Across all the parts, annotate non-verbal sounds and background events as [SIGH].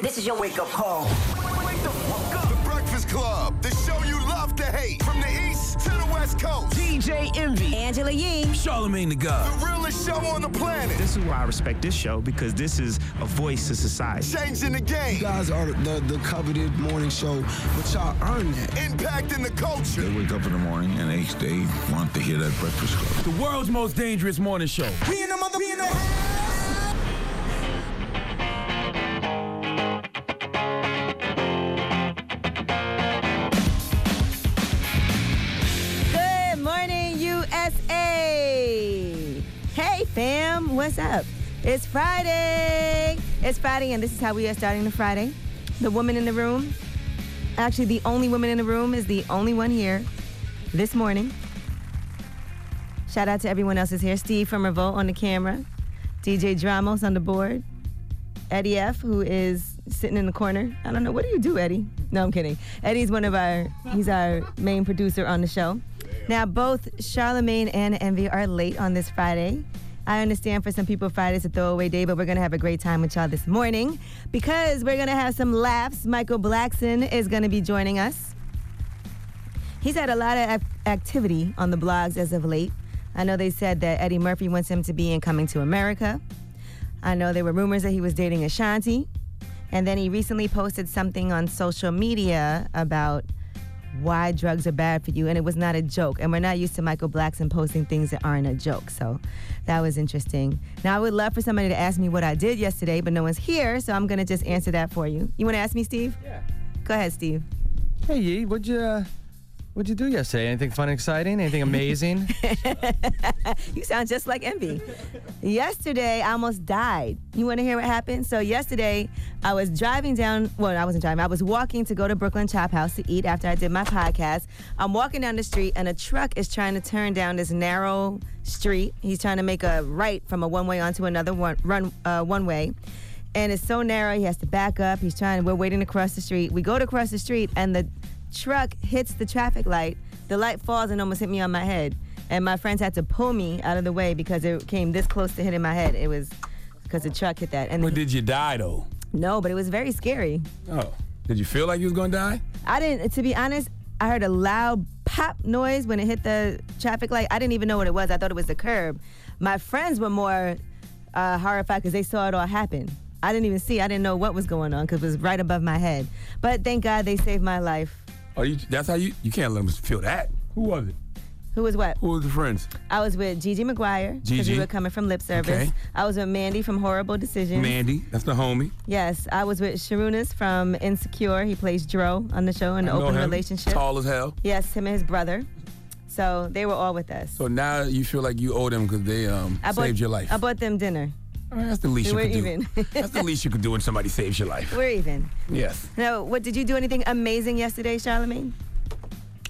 This is your wake up call. The Breakfast Club, the show you love to hate. From the East to the West Coast, DJ Envy, Angela Yee. Charlemagne the God. the realest show on the planet. This is why I respect this show because this is a voice to society. Changing the game, guys are the, the coveted morning show, but y'all earned that. impacting the They culture. wake up in the morning and they, they want to hear that breakfast club. The world's most dangerous morning show. Good morning, USA. Hey, fam, what's up? It's Friday. It's Friday, and this is how we are starting the Friday. The woman in the room, actually, the only woman in the room is the only one here this morning. Shout out to everyone else is here. Steve from Revolt on the camera, DJ Dramos on the board, Eddie F, who is sitting in the corner. I don't know. What do you do, Eddie? No, I'm kidding. Eddie's one of our, he's our main producer on the show. Now, both Charlemagne and Envy are late on this Friday. I understand for some people Friday's a throwaway day, but we're gonna have a great time with y'all this morning because we're gonna have some laughs. Michael Blackson is gonna be joining us. He's had a lot of ac- activity on the blogs as of late. I know they said that Eddie Murphy wants him to be in Coming to America. I know there were rumors that he was dating Ashanti. And then he recently posted something on social media about why drugs are bad for you, and it was not a joke. And we're not used to Michael Blackson posting things that aren't a joke, so that was interesting. Now, I would love for somebody to ask me what I did yesterday, but no one's here, so I'm gonna just answer that for you. You wanna ask me, Steve? Yeah. Go ahead, Steve. Hey, Yee, what'd you, uh, what'd you do yesterday? Anything fun, and exciting? Anything amazing? You sound just [LAUGHS] like [LAUGHS] Envy. yesterday, I almost died. You want to hear what happened? So, yesterday, I was driving down, well, I wasn't driving, I was walking to go to Brooklyn Chop House to eat after I did my podcast. I'm walking down the street, and a truck is trying to turn down this narrow street. He's trying to make a right from a one way onto another one, run, uh, one way. And it's so narrow, he has to back up. He's trying, we're waiting to cross the street. We go to cross the street, and the truck hits the traffic light. The light falls and almost hit me on my head. And my friends had to pull me out of the way because it came this close to hitting my head. It was because the truck hit that. And Or did you die though? no, but it was very scary. Oh. Did you feel like you was gonna die? I didn't, to be honest, I heard a loud pop noise when it hit the traffic light. I didn't even know what it was. I thought it was the curb. My friends were more uh, horrified because they saw it all happen. I didn't even see. I didn't know what was going on because it was right above my head. But thank God they saved my life. Oh, you, that's how you you can't let them feel that. Who was it? Who was what? Who was the friends? I was with Gigi McGuire because Gigi. we were coming from Lip Service. Okay. I was with Mandy from Horrible Decisions. Mandy. That's the homie. Yes, I was with Sharunas from Insecure. He plays Dro on the show in the Know open him. relationship. Tall as hell. Yes, him and his brother. So they were all with us. So now you feel like you owe them because they um I saved bought, your life. I bought them dinner. I mean, that's the least you We're could even. do. that's [LAUGHS] the least you could do when somebody saves your [LAUGHS] life. We're even. Yes. Now, what did you do? Anything amazing yesterday, Charlemagne?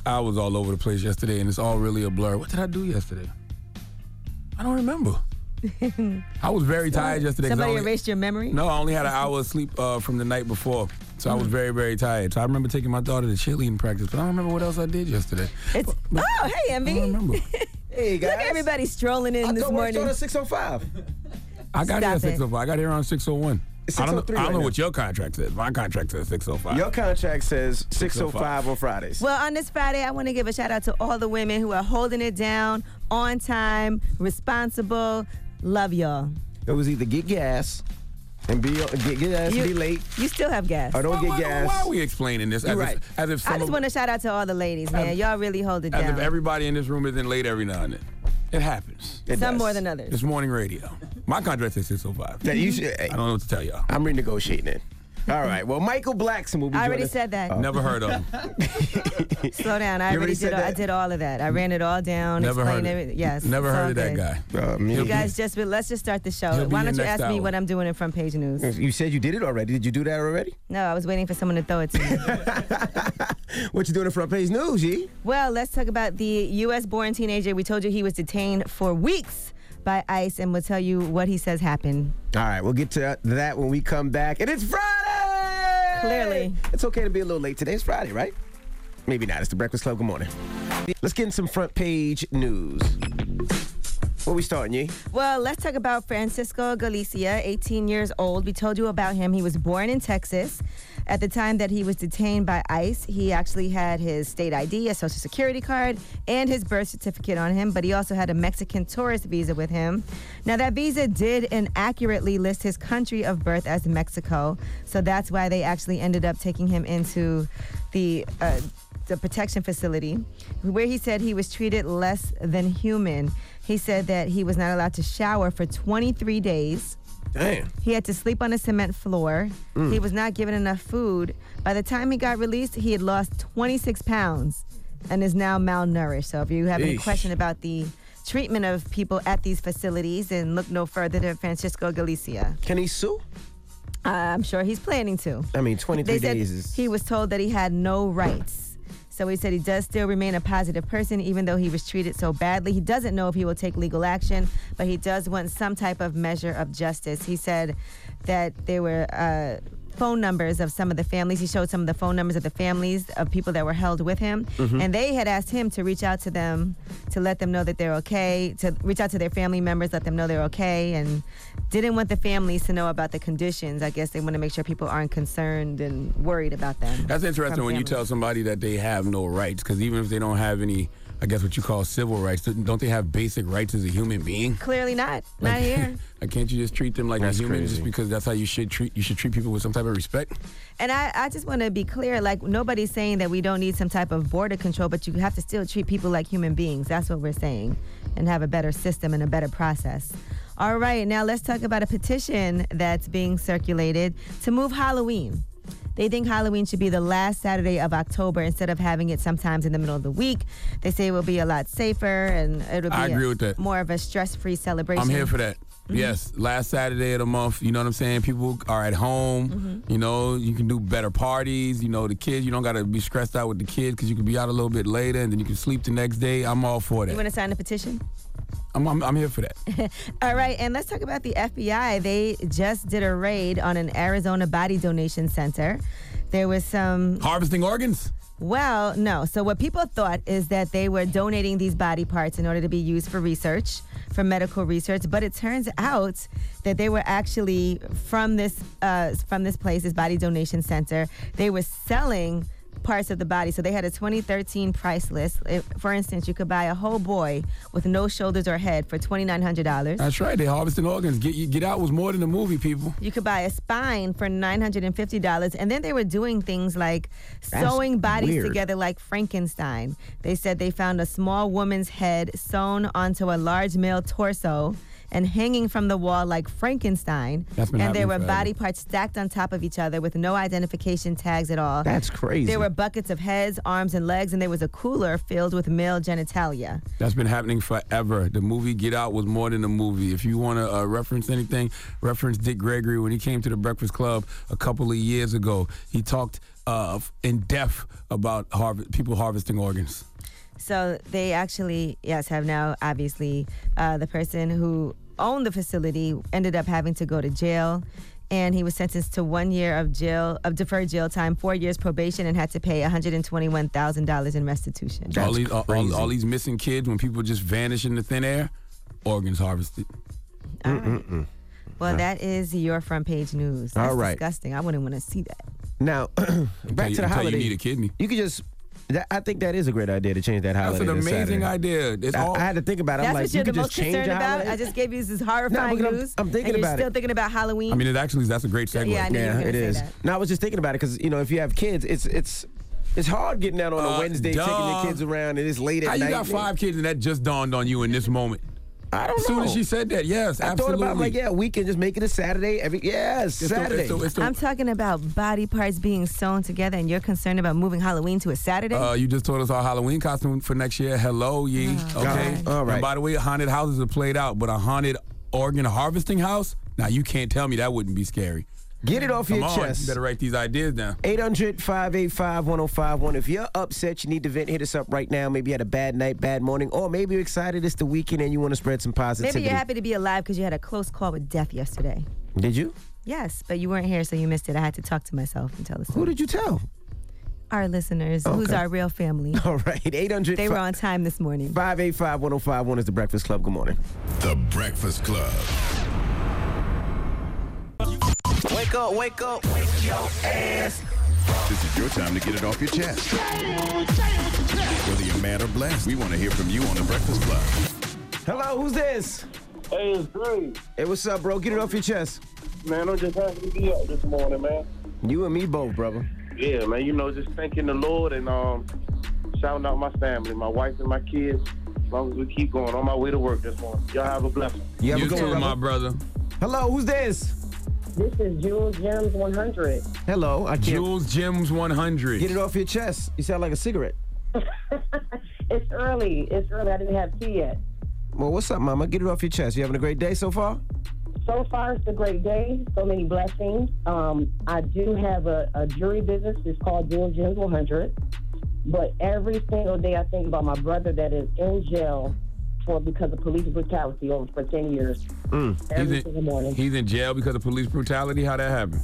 I was all over the place yesterday, and it's all really a blur. What did I do yesterday? I don't [LAUGHS] remember. I was very tired yesterday. 'cause I Somebody only- erased your memory? No, I only had an hour of sleep uh, from the night before. So I was very, very tired. So I remember taking my daughter to cheerleading practice, but I don't remember what else I did yesterday. It's But- oh hey I don't Envy. Look [LAUGHS] remember. Hey, guys. at everybody strolling in I this thought we were oh morning. starting at 605. I got here Stop at it. 605. I got here around 601. It's I don't know, 6:03 I don't know right what your contract says. My contract says 605. Your contract says 605 605 on Fridays. Well, on this Friday, I want to give a shout out to all the women who are holding it down, on time, responsible. Love y'all. It was either get gas and be get, get gas You- and be late, You still have gas. or I don't get wonder gas. Why are we explaining this? As You're if, right. as if, some I just of- want to shout out to all the ladies, man. Y'all really hold it as if down. everybody in this room is in late every now and then. It happens. It Some does. more than others. It's morning radio. My contract says 605. That you should, I don't know what to tell y'all. I'm renegotiating it. All right. Well, Michael [LAUGHS] Blackson will be. I joining already us. said that. Oh. Never heard of him. [LAUGHS] Slow down. I You already already said did. All, I that? did all of that. I ran it all down. Never heard. explained of- everything. Yes. Never it's all heard of that good. guy. Uh, me- He'll You be- guys, just but let's just start the show. He'll be Why here don't you next ask me hour. what I'm doing in front page news? You said you did it already. Did you do that already? No, I was waiting for someone to throw it to [LAUGHS] me. What you doing in front page news, G? Well, let's talk about the U.S. born teenager. We told you he was detained for weeks by ICE, and we'll tell you what he says happened. All right, we'll get to that when we come back. And it's Friday! Clearly. It's okay to be a little late today. It's Friday, right? Maybe not. It's the Breakfast Club. Good morning. Let's get in some front page news. Where we starting, ye? Well, let's talk about Francisco Galicia, 18 years old. We told you about him. He was born in Texas. At the time that he was detained by ICE, he actually had his state ID, a social security card, and his birth certificate on him, but he also had a Mexican tourist visa with him. Now, that visa did inaccurately list his country of birth as Mexico, so that's why they actually ended up taking him into the. Uh, the protection facility, where he said he was treated less than human. He said that he was not allowed to shower for 23 days. Damn. Mm. He had to sleep on a cement floor. He was not given enough food. By the time he got released, he had lost 26 pounds and is now malnourished. So if you have any Eesh. question about the treatment of people at these facilities, then look no further than Francisco Galicia. Uh, Can he sue? I'm sure he's planning to. I mean, 23 They said days is. he was told that he had no rights. So he said he does still remain a positive person, even though he was treated so badly. He doesn't know if he will take legal action, but he does want some type of measure of justice. He said that there were uh, phone numbers of some of the families. He showed some of the phone numbers of the families of people that were held with him, Mm-hmm. and they had asked him to reach out to them to let them know that they're okay, to reach out to their family members, let them know they're okay, and didn't want the families to know about the conditions. I guess they want to make sure people aren't concerned and worried about them. That's interesting from when you families. tell somebody that they have no rights, because even if they don't have any, I guess what you call civil rights, don't they have basic rights as a human being? Clearly not. Not here. [LAUGHS] Like, can't you just treat them like That's a human crazy. just because that's how you should treat you should treat people with some type of respect? And I, I just want to be clear like, nobody's saying that we don't need some type of border control, but you have to still treat people like human beings. That's what we're saying, and have a better system and a better process. All right, now let's talk about a petition that's being circulated to move Halloween. They think Halloween should be the last Saturday of October instead of having it sometimes in the middle of the week. They say it will be a lot safer and it'll be I agree a- with that. more of a stress-free celebration. I'm here for that. Mm-hmm. Yes, last Saturday of the month, you know what I'm saying? People are at home, Mm-hmm. you know, you can do better parties, you know, the kids, you don't got to be stressed out with the kids because you can be out a little bit later and then you can sleep the next day. I'm all for You that. want to sign the petition? I'm, I'm, I'm here for that. [LAUGHS] All right, and let's talk about the FBI. They just did a raid on an Arizona body donation center. There was some, Harvesting organs? well, no. So, what people thought is that they were donating these body parts in order to be used for research, for medical research. But it turns out that they were actually from this, uh, from this place, this body donation center. They were selling parts of the body. So they had a 2013 price list. If, for instance, you could buy a whole boy with no shoulders or head for $2,900. That's right. They harvesting organs. Get you get out was more than a movie, people. You could buy a spine for nine hundred and fifty dollars, and then they were doing things like sewing bodies weird. together like Frankenstein. They said they found a small woman's head sewn onto a large male torso and hanging from the wall like Frankenstein. That's been and there happening were forever. body parts stacked on top of each other with no identification tags at all. That's crazy. there were buckets of heads, arms, and legs, and there was a cooler filled with male genitalia. That's been happening forever. The movie Get Out was more than a movie. If you want to uh, reference anything, reference Dick Gregory when he came to the Breakfast Club a couple of years ago. He talked uh, in depth about harv- people harvesting organs. So they actually, yes, have now obviously uh, the person who owned the facility ended up having to go to jail. And he was sentenced to one year of jail of deferred jail time, four years probation, and had to pay $121,000 in restitution. all, That's these, all- crazy. All, all these missing kids, when people just vanish into thin air, organs harvested. All Mm, right. Well, that is your front page news. That's All right. disgusting. I wouldn't want to see that. Now, [CLEARS THROAT] back you- to the until you holiday. need a kidney. You could just. That, I think that is a great idea to change that That's holiday. an to amazing Saturday. idea. It's I, all, I had to think about it. That's I'm like, what you're you the could most just change concerned the about. holiday? I just gave you this horrifying because I'm- news. I'm thinking and you're about still it. thinking about Halloween. I mean, it actually that's a great segue. yeah, I knew you were yeah, gonna it say is. that. No, I was just thinking about it because you know if you have kids, it's it's it's hard getting out on a Uh, Wednesday, taking duh. your kids around, and it's late at How you night. got five kids and that just dawned on you in this moment? I don't know. As soon as she said that, yes, I absolutely. thought about like yeah, weekend, just make it a Saturday. Every yes, It's the- it's Saturday. the- it's the- I'm talking about body parts being sewn together, and you're concerned about moving Halloween to a Saturday. Uh, you just told us our Halloween costume for next year. Hello, ye. Oh, Okay. God. All right. And by the way, haunted houses are played out, but a haunted organ harvesting house? Now you can't tell me that wouldn't be scary. Get it off Come your on, you chest. better write these ideas down. 800 585 1051. If you're upset, you need to vent, hit us up right now. Maybe you had a bad night, bad morning, or maybe you're excited it's the weekend and you want to spread some Maybe positivity. you're happy to be alive because you had a close call with death yesterday. Did you? Yes, but you weren't here, so you missed it. I had to talk to myself and tell the Who story. did you tell? our listeners, who's Okay. our real family. [LAUGHS] All right, 800 They were on time this morning. 585 1051 is The Breakfast Club. Good morning. The Breakfast Club. Wake up, wake up. This is your time to get it off your chest. Whether you're mad or blessed, we want to hear from you on The Breakfast Club. Hello, who's this? Hey, it's great. Hey, what's up, bro? Get it off your chest. Man, I'm just happy to be up this morning, man. You and me both, brother. Yeah, man, you know, just thanking the Lord and um shouting out my family, my wife and my kids. As long as we keep going on my way to work this morning. Y'all have a blessing. You have You a good too, one, my brother. brother. Hello, who's this? This is Jules Gems 100. Hello, I can't. Jules Gems 100. Get it off your chest. You sound like a cigarette. It's early. It's early. I didn't have tea yet. Well, what's up, mama? Get it off your chest. You having a great day so far? So far, it's a great day. So many blessings. Um, I do have a, a jewelry business. It's called Jules Gems 100. But every single day, I think about my brother that is in jail for because of police brutality over for 10 years. He's Mm. every single in, morning. he's in jail because of police brutality. How that happened?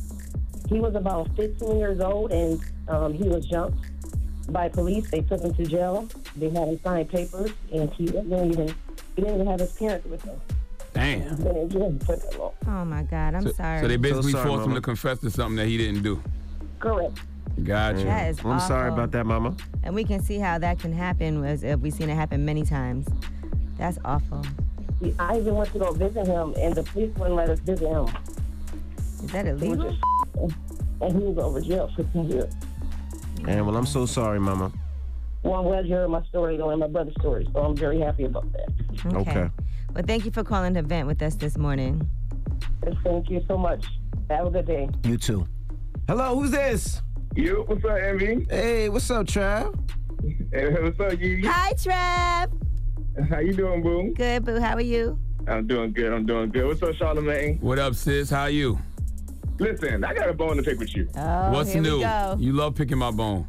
He was about 15 years old and um, he was jumped by police. They took him to jail. They had him sign papers, and he didn't even he didn't even have his parents with him. Damn. Been in jail for that long. Oh my God, I'm sorry. So they basically sorry, forced him Mama. to confess to something that he didn't do. Correct. Gotcha. that is I'm sorry awful. about that, mama. And we can see how that can happen. Was uh, we've seen it happen many times. That's awful. He- I even went to go visit him, and the police wouldn't let us visit him. Is that He was illegal? just and he was over jail for 10 years. Man, well, I'm so sorry, mama. Well, I'm glad you heard my story, though, and my brother's story, so I'm very happy about that. Okay. Well, thank you for calling to vent with us this morning. And Thank you so much. Have a good day. You too. Hello, who's this? You, what's up, Envy? Hey, what's up, Trav? Hey, what's up, you? Hi, Trev. How you doing, boo? Good, boo. How are you? I'm doing good. I'm doing good. What's up, Charlamagne? What up, sis? How you? Listen, I got a bone to pick with you. Oh, What's here new? We go. You love picking my bone.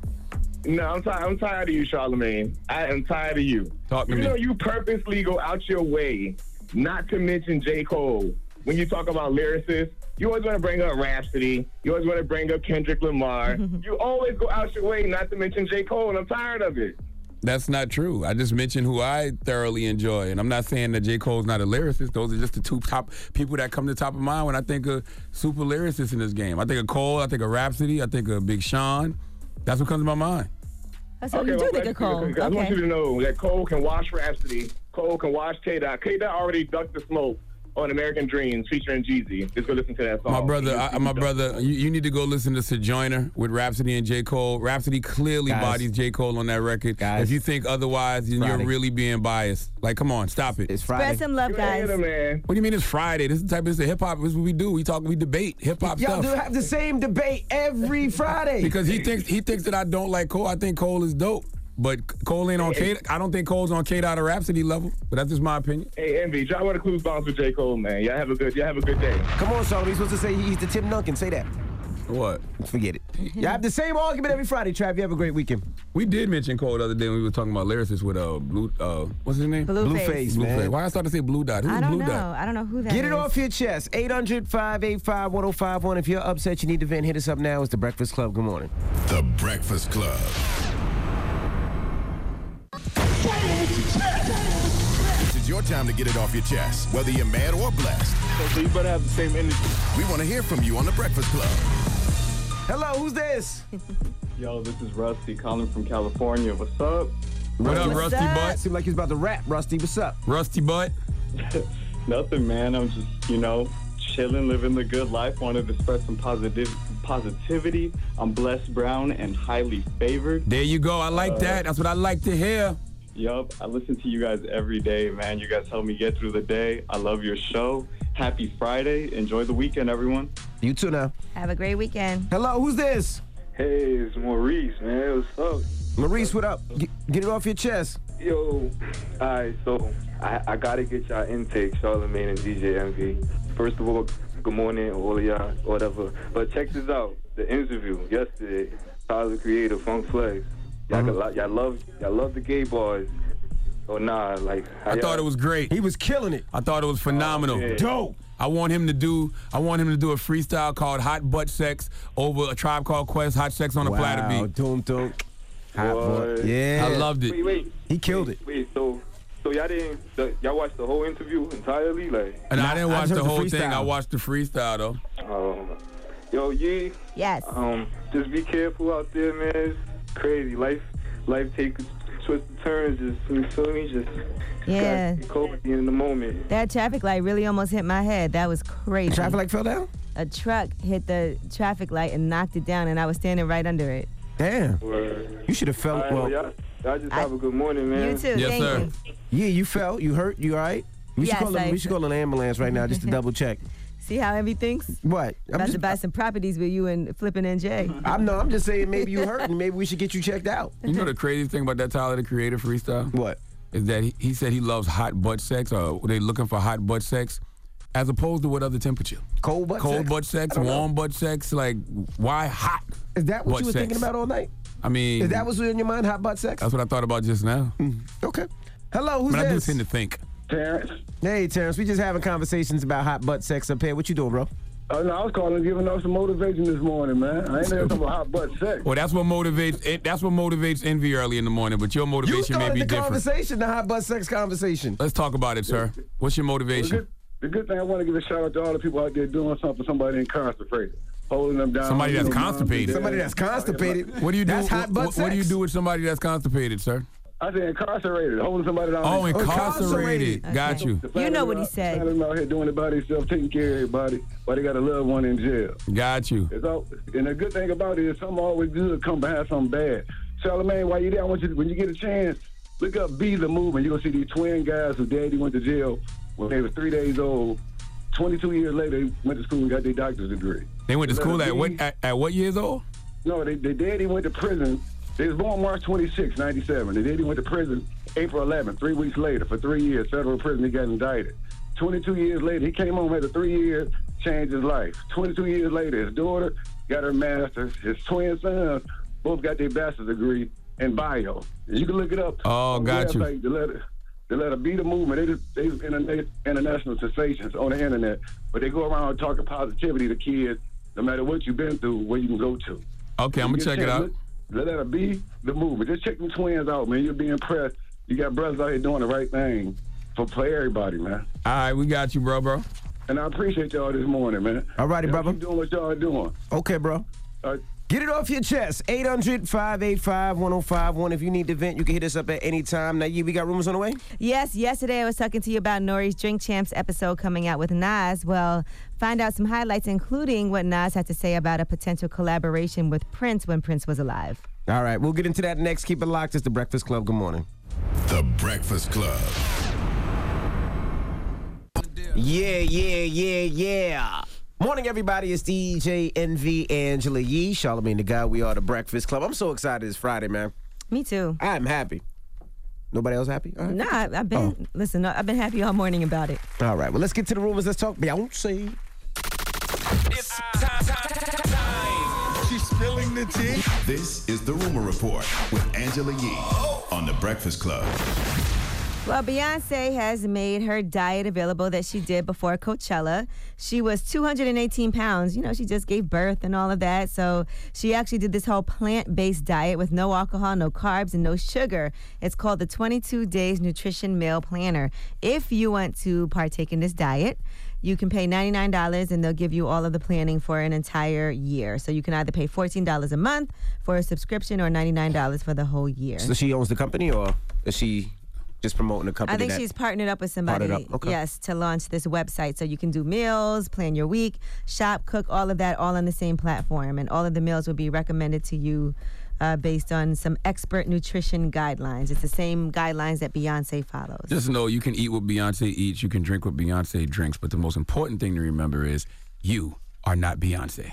No, I'm tired. I'm tired of you, Charlamagne. I am tired of you. Talk to you me. know you purposely go out your way not to mention J. Cole when you talk about lyricists. You always want to bring up Rhapsody. You always want to bring up Kendrick [LAUGHS] Lamar. you always go out your way not to mention J. Cole, and I'm tired of it. That's not true. I just mentioned who I thoroughly enjoy, and I'm not saying that J. Cole's not a lyricist. Those are just the two top people that come to top of mind when I think of super lyricists in this game. I think of Cole, I think of Rhapsody, I think of Big Sean. That's what comes to my mind. Oh, so you do well, think I'm glad of Cole. you did, 'cause I want you Okay. to know that Cole can wash Rhapsody. Cole can wash K Dot. K Dot already ducked the smoke on American Dreams featuring Jeezy. Just go listen to that song. Oh, My brother, Just- I, my brother, you, you need to go listen to Sojourner with Rhapsody and J. Cole. Rhapsody clearly Guys. bodies J. Cole on that record. Guys. If you think otherwise, then you're Friday. really being biased. Like, come on, stop it. It's Friday. Spread some love, You ain't guys. hit it, man. what do you mean it's Friday? This is the type this is hip hop. This is what we do. We talk, we debate hip hop Y'all stuff. do have the same debate every Friday. Because he thinks he thinks that I don't like Cole. I think Cole is dope. But Cole ain't on K. I don't think Cole's on K. Dot or Rhapsody level. But that's just my opinion. Hey, Envy, drop one of the clues bombs with J. Cole, man. Y'all have a good, y'all have a good day. Come on, Sean. He's supposed to say he's the Tim Duncan. Say that. What? [LAUGHS] Forget it. Y'all have the same argument every Friday, Trav. You have a great weekend. We did mention Cole the other day when we were talking about lyricists with uh blue uh what's his name? Blue face. Blueface, Blue man. Face. Why I started to say blue dot? Who's I don't blue know. dot? I don't know who that is. Get it off your chest. 800 585 1051. If you're upset, you need to vent, hit us up now. It's The Breakfast Club. Good morning. The Breakfast Club. This is your time to get it off your chest, whether you're mad or blessed. So you better have the same energy. We want to hear from you on The Breakfast Club. Hello, who's this? Yo, this is Rusty calling from California. What's up? What up, What's Rusty up? Butt? Seemed like he's about to rap, Rusty. What's up? Rusty Butt. [LAUGHS] Nothing, man. I'm just, you know, chilling, living the good life. Wanted to spread some positive positivity. I'm blessed, brown, and highly favored. There you go. I Uh. like that. That's what I like to hear. Yup, I listen to you guys every day, man. You guys help me get through the day. I love your show. Happy Friday. Enjoy the weekend, everyone. You too now. Have a great weekend. Hello, who's this? Hey, it's Maurice, man. What's up? Maurice, what up? Get, get it off your chest. Yo, alright, so I, I gotta get y'all intake, Charlamagne and DJ MV. First of all, good morning, all of y'all, whatever. But check this out, the interview yesterday, Tyler the Creator, Funk Flex. Uh-huh. Y'all, could li- y'all love y'all love the gay bars. Oh nah, like I thought it was great. He was killing it. Oh, I thought it was phenomenal. yeah. Dope. I want him to do. I want him to do a freestyle called "Hot Butt Sex" over a tribe called Quest. Hot sex on a platter Wow, beat. Doom, doom. Hot What? Butt. Yeah. I loved it. Wait, wait, He killed it. wait. So, so y'all didn't, the, y'all watched the whole interview entirely, like. And I didn't I just watch the heard the whole thing. freestyle. I watched the freestyle though. Um, yo, Yee, Yes. um, just be careful out there, man. It's crazy. Life, life takes twists and turns. Just you feel me? Just, just Yeah. gotta be cold at the end of the moment. That traffic light really almost hit my head. That was crazy. Traffic light fell down? A truck hit the traffic light and knocked it down, and I was standing right under it. Damn. Word. You should have felt. All right, well, Well, y'all, y'all just have a good morning, man. You too. Yes, Thank sir. you. yeah, you fell. You hurt. You all right? We should, Yes, call I- a, we should call an ambulance right now [LAUGHS] just to double check. See how everything's What? about just, to buy some properties with you and flipping and Jay. I'm no. I'm just saying maybe you hurt and maybe we should get you checked out. You know the craziest thing about that Tyler the Creator freestyle What? is that he, he said he loves hot butt sex, or they looking for hot butt sex, as opposed to what other temperature? Cold butt. Cold sex? butt sex, I don't know. warm butt sex. Like why hot? Is that what butt you were thinking sex? about all night? I mean, Is that what's in your mind? Hot butt sex? that's what I thought about just now. Okay. Hello, who's But I do this? tend to think. Terrence. hey, Terrence. We just having conversations about hot butt sex up here. What you doing, bro? Oh, no, I was calling giving off some motivation this morning, man. I [LAUGHS] ain't there talking about hot butt sex. Well, that's what motivates. It, that's what motivates envy early in the morning. But your You motivation may started be the different. conversation, the hot butt sex conversation. Let's talk about it, sir. What's your The motivation? good, the good thing, I want to give a shout out to all the people out there doing something somebody didn't concentrate, holding them down. Somebody that's You know, mom, constipated. dad. Somebody that's constipated. What do you do? That's hot butt what, what do you sex. do with somebody that's constipated, sir? I said incarcerated, holding somebody down. Oh, incarcerated. incarcerated. Got Okay. you. The fact You know that what they're he out- said. the fact that they're out here doing it by themselves, taking care of everybody, but they got a loved one in jail. Got you. It's all, and the good thing about it is something always good come behind something bad. Charlamagne, while you there, I want you to, when you get a chance, look up Be the Movement. You're going to see these twin guys whose daddy went to jail when they were three days old. 22 years later, they went to school and got their doctor's degree. They went to school at what Be- at, at what years old? No, they, their daddy went to prison. They was born March 26, 97. Their daddy went to prison April 11, three weeks later, for three years, federal prison. He got indicted. 22 years later, he came home after three years, changed his life. 22 years later, his daughter got her master's. His twin sons both got their bachelor's degree in bio. You can look it up. Oh, on got you. the website, The letter, the letter B the movement. They just they just interna- international sensations on the internet, but they go around talking positivity to kids, no matter what you've been through, where you can go to. Okay, I'm gonna Just check it out. Let let that be the movement. Just check them twins out, man. You'll be impressed. You got brothers out here doing the right thing for play everybody, man. All right, we got you, bro, bro. And I appreciate y'all this morning, man. All righty, Y'all brother. Keep doing what y'all doing. Okay, bro. All right. Get it off your chest. 800 585 1051. If you need to vent, you can hit us up at any time. Now, yeah, we got rumors on the way? Yes, yesterday I was talking to you about Nori's Drink Champs episode coming out with Nas. Well, find out some highlights, including what Nas had to say about a potential collaboration with Prince when Prince was alive. All right, we'll get into that next. Keep it locked. It's The Breakfast Club. Good morning. The Breakfast Club. Yeah, yeah, yeah, yeah. Morning, everybody. It's DJ NV Angela Yee, Charlemagne the Guy. We are The Breakfast Club. I'm so excited it's Friday, man. Me too. I'm happy. Nobody else happy? All right. Nah, I- I've been Oh. listen. I've been happy all morning about it. All right, well, let's get to the rumors. Let's talk Beyonce. She's spilling the tea. This is the Rumor Report with Angela Yee on The Breakfast Club. Well, Beyonce has made her diet available that she did before Coachella. She was 218 pounds. You know, she just gave birth and all of that. So she actually did this whole plant based diet with no alcohol, no carbs, and no sugar. It's called the 22 Days Nutrition Meal Planner. If you want to partake in this diet, you can pay $99 and they'll give you all of the planning for an entire year. So you can either pay $14 a month for a subscription or $99 for the whole year. So she owns the company, or is she just promoting the company? I think that- she's partnered up with somebody. Partnered up, okay. Yes, to launch this website. So you can do meals, plan your week, shop, cook, all of that, all on the same platform. And all of the meals will be recommended to you uh, based on some expert nutrition guidelines. It's the same guidelines that Beyonce follows. Just know you can eat what Beyonce eats, you can drink what Beyonce drinks, but the most important thing to remember is you are not Beyonce.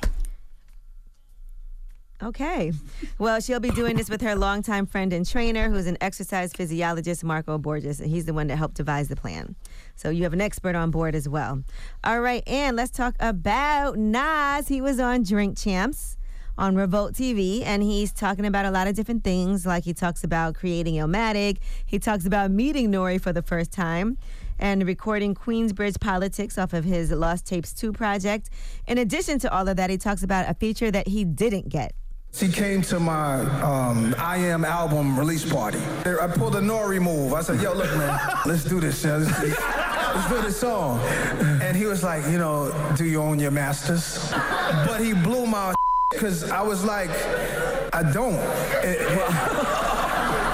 Okay. Well, she'll be doing this with her longtime friend and trainer, who's an exercise physiologist, Marco Borges, and he's the one that helped devise the plan. So you have an expert on board as well. All right, and let's talk about Nas. He was on Drink Champs on Revolt TV, and he's talking about a lot of different things. Like he talks about creating Illmatic, he talks about meeting Nori for the first time. and recording Queensbridge Politics off of his Lost Tapes 2 project. In addition to all of that, he talks about a feature that he didn't get. She came to my um, I Am album release party. There, I pulled a Nori move. I said, yo, look, man, [LAUGHS] let's do this, yo. Let's, let's do this song. And he was like, you know, do you own your masters? But he blew my [LAUGHS] because I was like, I don't. And-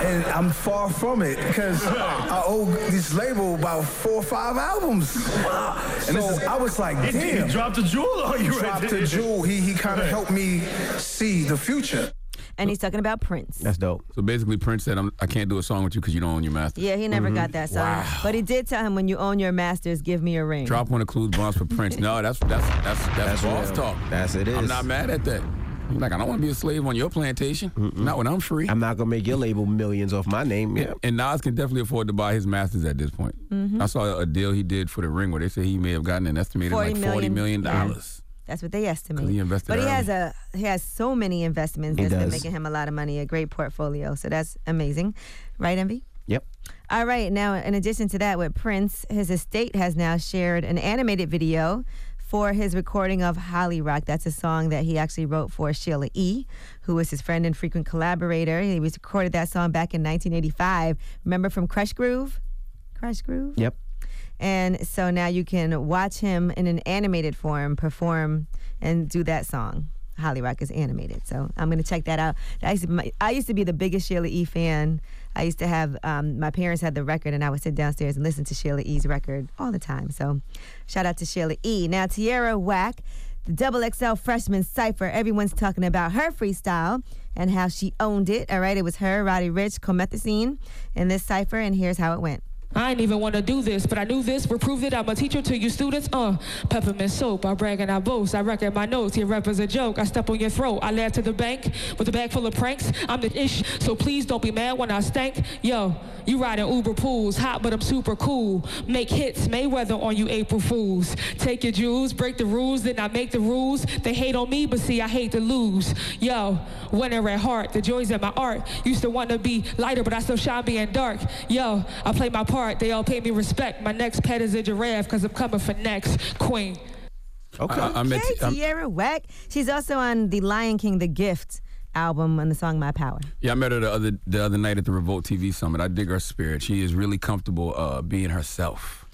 and I'm far from it because I owe this label about four or five albums. And And this so is- I was like, He- he damn. dropped a jewel on you right Dropped there. a jewel. He, he kind of Right. helped me see the future. And he's talking about Prince. That's dope. So basically, Prince said, I'm, I can't do a song with you because you don't own your master. Yeah, he never Mhm. got that song. Wow. But he did tell him, when you own your masters, give me a ring. Drop one of Clues Bombs for Prince. No, that's that's that's that's, That's boss real. talk. That's- it I'm is. not mad at that. I'm like, I don't want to be a slave on your plantation. Not when I'm free. Mm-hmm. I'm not gonna make your label millions off my name. Yeah. And Nas can definitely afford to buy his masters at this point. Mhm. I saw a deal he did for the ring where they say he may have gotten an estimated like 40 forty million million dollars. That's what they estimate. 'Cause he invested but he early. has a he has so many investments He that's been does. making him a lot of money, a great portfolio. So that's amazing. Right, Envy? Yep. All right, now in addition to that, with Prince, his estate has now shared an animated video for his recording of Holly Rock. That's a song that he actually wrote for Sheila E., who was his friend and frequent collaborator. He was recorded that song back in 1985. Remember from Crush Groove? Crush Groove? Yep. And so now you can watch him in an animated form perform and do that song. Holly Rock is animated, so I'm gonna check that out. I used to be, my, I used to be the biggest Sheila E. fan. I used to have um, my parents had the record, and I would sit downstairs and listen to Sheila E.'s record all the time. So, shout out to Sheila E. Now Tierra Whack, the Double XL freshman cipher. Everyone's talking about her freestyle and how she owned it. All right, it was her, Roddy Rich, Comethazine, in this cipher, and here's how it went. I didn't even want to do this, but I knew this, reproved it. I'm a teacher to you students. Uh, peppermint soap. I brag and I boast. I record my notes. Your rap is a joke. I step on your throat. I laugh to the bank with a bag full of pranks. I'm the ish, so please don't be mad when I stank. Yo, you riding Uber pools, hot but I'm super cool. Make hits, Mayweather on you, April Fools. Take your jewels, break the rules, then I make the rules. They hate on me, but see, I hate to lose. Yo, winner at heart. The joys of my art. Used to want to be lighter, but I still shine being dark. Yo, I play my part. They all pay me respect. My next pet is a giraffe, cause I'm coming for next. Queen. Okay. I, I'm at- Hey, I'm- Tierra Whack. She's also on the Lion King, The Gift album on the song My Power. Yeah, I met her the other the other night at the Revolt TV Summit. I dig her spirit. She is really comfortable uh, being herself.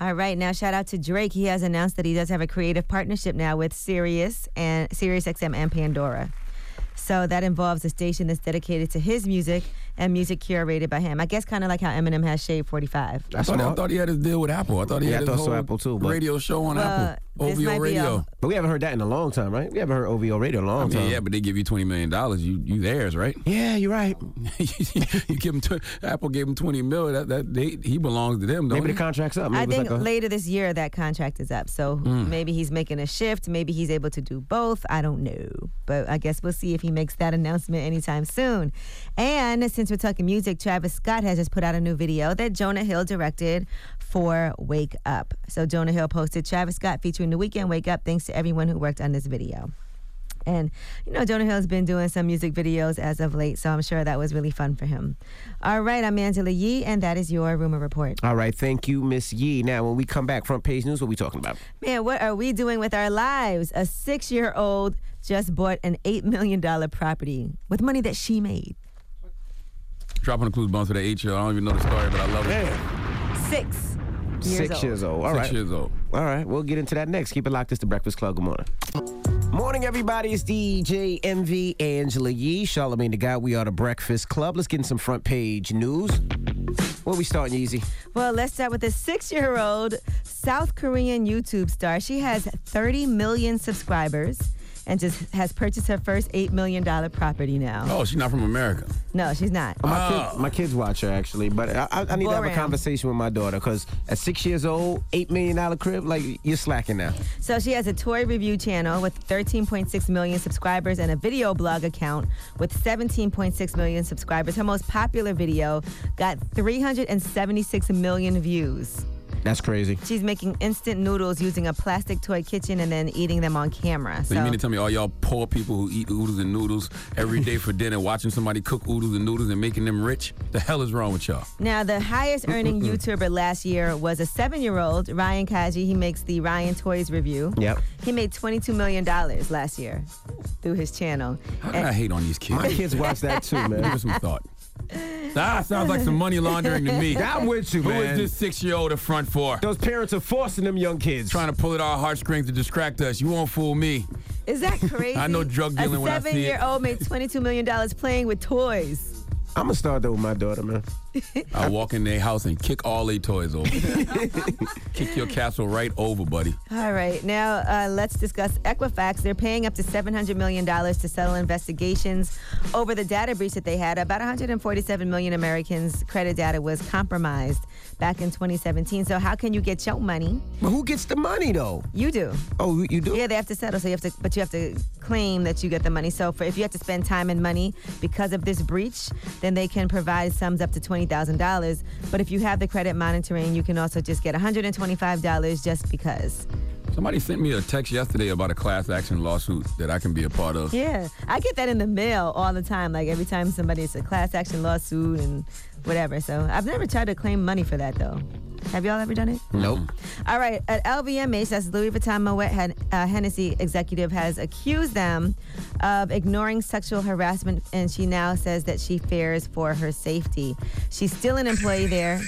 All right, now shout out to Drake. He has announced that he does have a creative partnership now with Sirius and Sirius XM and Pandora. So that involves a station that's dedicated to his music and music curated by him. I guess kind of like how Eminem has Shade 45. I thought, I thought he had his deal with Apple. I thought he Yeah, had I his thought so, whole Apple too, but- radio show on Well, Apple. Uh, this OVO might be radio. a- But we haven't heard that in a long time, right? We haven't heard OVO radio in a long I mean, time. Oh, yeah, but they give you twenty million dollars. You you theirs, right? [LAUGHS] Yeah, you're [LAUGHS] right. you give him tw- Apple gave him twenty mil. That that they, he belongs to them. Don't Maybe he? the contract's up. I think later this year that contract is up. So Mm. Hmm. maybe he's making a shift. Maybe he's able to do both. I don't know. But I guess we'll see if he makes that announcement anytime soon. And since we're talking music, Travis Scott has just put out a new video that Jonah Hill directed for Wake Up. So Jonah Hill posted Travis Scott featuring The Weekend Wake Up. Thanks to everyone who worked on this video. And, you know, Jonah Hill's been doing some music videos as of late, so I'm sure that was really fun for him. All right, I'm Angela Yee, and that is your rumor report. All right, thank you, Miss Yee. Now, when we come back, front page news, what we talking about? Man, what are we doing with our lives? A six year old just bought an $8 million property with money that she made. Dropping the clues bombs for the eight year. I don't even know the story, but I love Six. it. Years Six years old. All right. Six years old. All right, we'll get into that next. Keep it locked. It's the Breakfast Club. Good morning. Morning, everybody. It's DJ MV Angela Yee, Charlemagne the Guy. We are the Breakfast Club. Let's get in some front page news. Where we starting, Yeezy? Well, let's start with a six year old South Korean YouTube star. She has 30 million subscribers and just has purchased her first $8 million property now. Oh, she's not from America. Oh. No, she's not. Oh, My, kid, my kids watch her actually, but I, I, I need to have a Boram. conversation with my daughter because at six years old, eight million dollar crib, like you're slacking now. So she has a toy review channel with 13.6 million subscribers and a video blog account with 17.6 million subscribers. Her most popular video got 376 million views. That's crazy. She's making instant noodles using a plastic toy kitchen and then eating them on camera. So So, you mean to tell me all y'all poor people who eat oodles and noodles every day for dinner, watching somebody cook oodles and noodles and making them rich? The hell is wrong with y'all? now the highest earning Mm-mm-mm. YouTuber last year was a seven-year-old Ryan Kaji. He makes the Ryan Toys review. Yep. He made $22 million last year through his channel. How can I hate on these kids? My kids watch that too, man. Give it some [LAUGHS] thought. That Ah, sounds like some money laundering to me. I'm with you, man. Who is this six-year-old in front for? Those parents are forcing them young kids. Trying to pull at our heartstrings to distract us. You won't fool me. Is that crazy? I know drug dealing a when I see it. seven-year-old made $22 million playing with toys. I'm gonna start that with my daughter, man. I walk in their house and kick all their toys over. kick your castle right over, buddy. All right, now uh, let's discuss Equifax. They're paying up to $700 million to settle investigations over the data breach that they had. About 147 million Americans' credit data was compromised back in 2017. So, how can you get your money? But who gets the money though? You do. Oh, you do? Yeah, they have to settle. So you have to, but you have to claim that you get the money. So for if you have to spend time and money because of this breach, then they can provide sums up to twenty thousand dollars. But if you have the credit monitoring, you can also just get one hundred and twenty-five dollars just because. Somebody sent me a text yesterday about a class action lawsuit that I can be a part of. Yeah, I get that in the mail all the time. Like every time somebody it's a class action lawsuit and whatever. So I've never tried to claim money for that though. Have y'all ever done it? Mm-hmm. Nope. All right, at LVMH, that's Louis Vuitton Moet Hen- uh, Hennessy executive has accused them of ignoring sexual harassment, and she now says that she fears for her safety. She's still an employee there.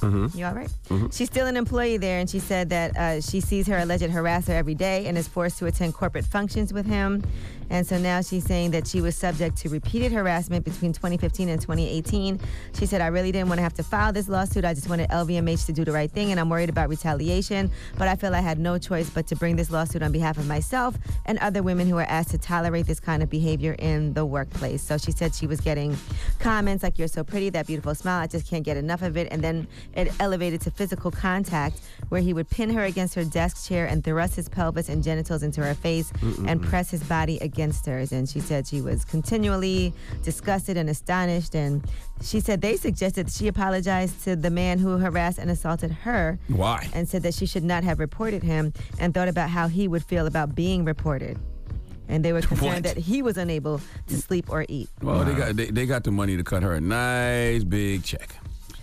Mm-hmm. You all right? Mhm. She's still an employee there, and she said that uh, she sees her alleged harasser every day and is forced to attend corporate functions with him. And so now she's saying that she was subject to repeated harassment between 2015 and 2018. She said, I really didn't want to have to file this lawsuit. I just wanted LVMH to do the right thing, and I'm worried about retaliation. But I feel I had no choice but to bring this lawsuit on behalf of myself and other women who are asked to tolerate this kind of behavior in the workplace. So she said she was getting comments like, You're so pretty, that beautiful smile, I just can't get enough of it. And then it elevated to physical contact, where he would pin her against her desk chair and thrust his pelvis and genitals into her face and Mm-mm-mm. press his body against hers. And she said she was continually disgusted and astonished. And she said they suggested she apologized to the man who harassed and assaulted her Why? and said that she should not have reported him and thought about how he would feel about being reported. And [LAUGHS] they were concerned that he was unable to sleep or eat. Well, they got they, they got the money to cut her a nice big check.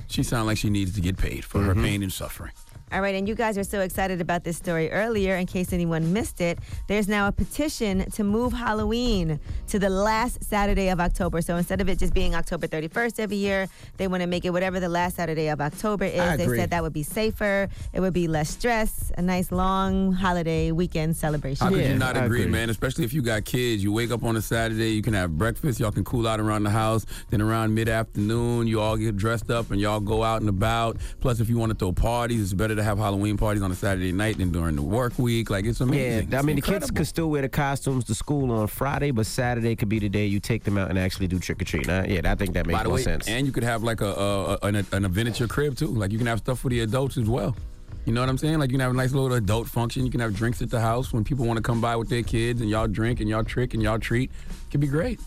She sounded like she needed to get paid for her pain and suffering. All right, and you guys are so excited about this story earlier. In case anyone missed it, there's now a petition to move Halloween to the last Saturday of October. So instead of it just being October 31st every year, they want to make it whatever the last Saturday of October is. I they agree. said that would be safer, it would be less stress, a nice long holiday weekend celebration. How could you not agree, man? Especially if you got kids. You wake up on a Saturday, you can have breakfast, y'all can cool out around the house. Then around mid afternoon, you all get dressed up and y'all go out and about. Plus, if you want to throw parties, it's better to have Halloween parties on a Saturday night than during the work week. Like, it's amazing. Yeah, I It's mean the kids incredible. could still wear the costumes to school on Friday, but Saturday could be the day you take them out and actually do trick or treat. Uh, yeah, I think that makes By the more way, sense. and you could have like a, a, a- an, an event at your crib too. Like you can have stuff for the adults as well. You know what I'm saying? Like you can have a nice little adult function. You can have drinks at the house when people want to come by with their kids and y'all drink and y'all trick and y'all treat. It could be great.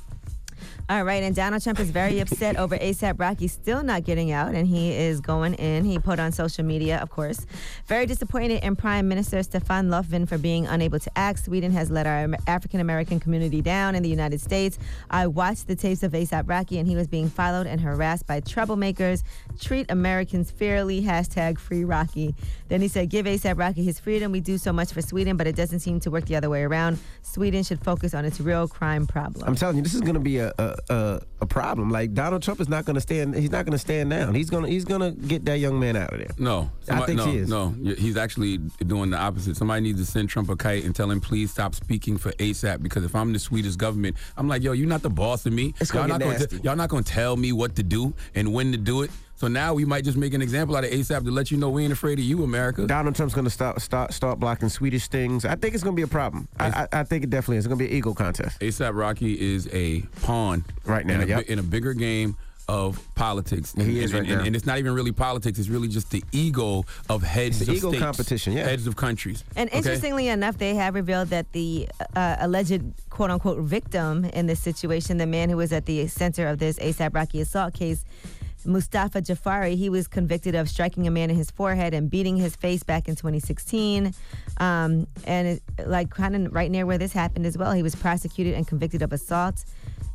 All right, and Donald Trump is very upset over ASAP Rocky still not getting out, and he is going in. He put on social media, of course, very disappointed in Prime Minister Stefan Löfven for being unable to act. Sweden has let our African American community down in the United States. I watched the tapes of ASAP Rocky, and he was being followed and harassed by troublemakers. Treat Americans fairly. Hashtag Free Rocky. Then he said, "Give ASAP Rocky his freedom. We do so much for Sweden, but it doesn't seem to work the other way around. Sweden should focus on its real crime problem." I'm telling you, this is going to be a, a a a problem. Like Donald Trump is not going to stand. He's not going to stand down. He's gonna he's gonna get that young man out of there. No, I think no, he is. No, Y- he's actually doing the opposite. Somebody needs to send Trump a kite and tell him please stop speaking for ASAP because if I'm the Swedish government, I'm like, yo, you're not the boss of me. It's y'all gonna not get gonna nasty. t- y'all not gonna tell me what to do and when to do it. So now we might just make an example out of ASAP to let you know we ain't afraid of you, America. Donald Trump's going to start start start blocking Swedish things. I think it's going to be a problem. I, I I think it definitely is. It's going to be an ego contest. ASAP Rocky is a pawn right now, in a, yep. bi- in a bigger game of politics. He is and, right now. and it's not even really politics. It's really just the ego of heads It's the of ego states, competition, yeah. heads of countries. And okay? interestingly enough, they have revealed that the uh, alleged quote unquote victim in this situation, the man who was at the center of this ASAP Rocky assault case, Mustafa Jafari. He was convicted of striking a man in his forehead and beating his face back in 2016. Um, and it, like kind of right near where this happened as well, he was prosecuted and convicted of assault.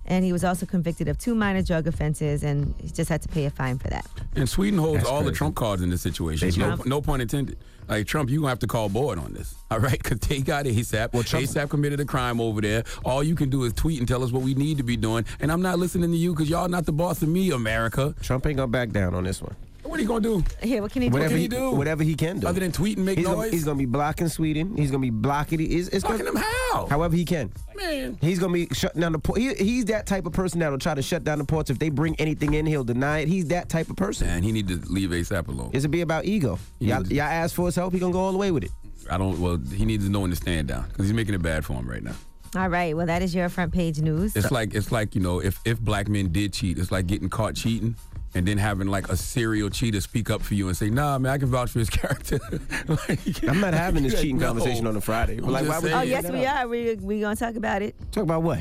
And he was also convicted of two minor drug offenses and he just had to pay a fine for that. And Sweden holds That's all the crazy. Trump cards in this situation. They No, do. no pun intended. Like Trump, you gonna have to call board on this, [LAUGHS] all right? Because they got ASAP. Well, ASAP committed a crime over there. All you can do is tweet and tell us what we need to be doing. And I'm not listening to you because y'all not the boss of me, America. Trump ain't gonna back down on this one. What are you gonna do? Yeah, what can he whatever do? he, whatever he can do, other than tweet and make he's Gonna, noise? he's gonna be blocking Sweden. He's gonna be blocking. It's, it's blocking gonna, him how? However he can. Man. He's gonna be shutting down the port. He, he's that type of person that'll try to shut down the ports. If they bring anything in, he'll deny it. He's that type of person. And he need to leave ASAP alone. Is it be about ego? Y'all, y'all ask for his help. He gonna go all the way with it. I don't. Well, he needs to know when to stand down because he's making it bad for him right now. All right. Well, that is your front page news. It's like it's like you know, if if black men did cheat, it's like getting caught cheating. And then having like a serial cheater speak up for you and say, "Nah, man, I can vouch for his [LAUGHS] character." I'm not having [LAUGHS] this cheating conversation on a Friday. Like, why would oh yes, we are. We we gonna talk about it. Talk about what?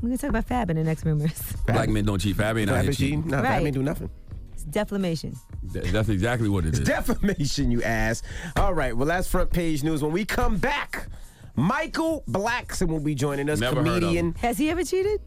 We're gonna talk about Fab in the next rumors. Black men don't cheat. Fab ain't out Fab here ain't cheating. cheating. Nah, Fab Right. ain't do nothing. It's defamation. Th- That's exactly what it is. Defamation, you ass. All right, well, that's front page news. When we come back, Michael Blackson will be joining us, Never heard of comedian. Has he ever cheated?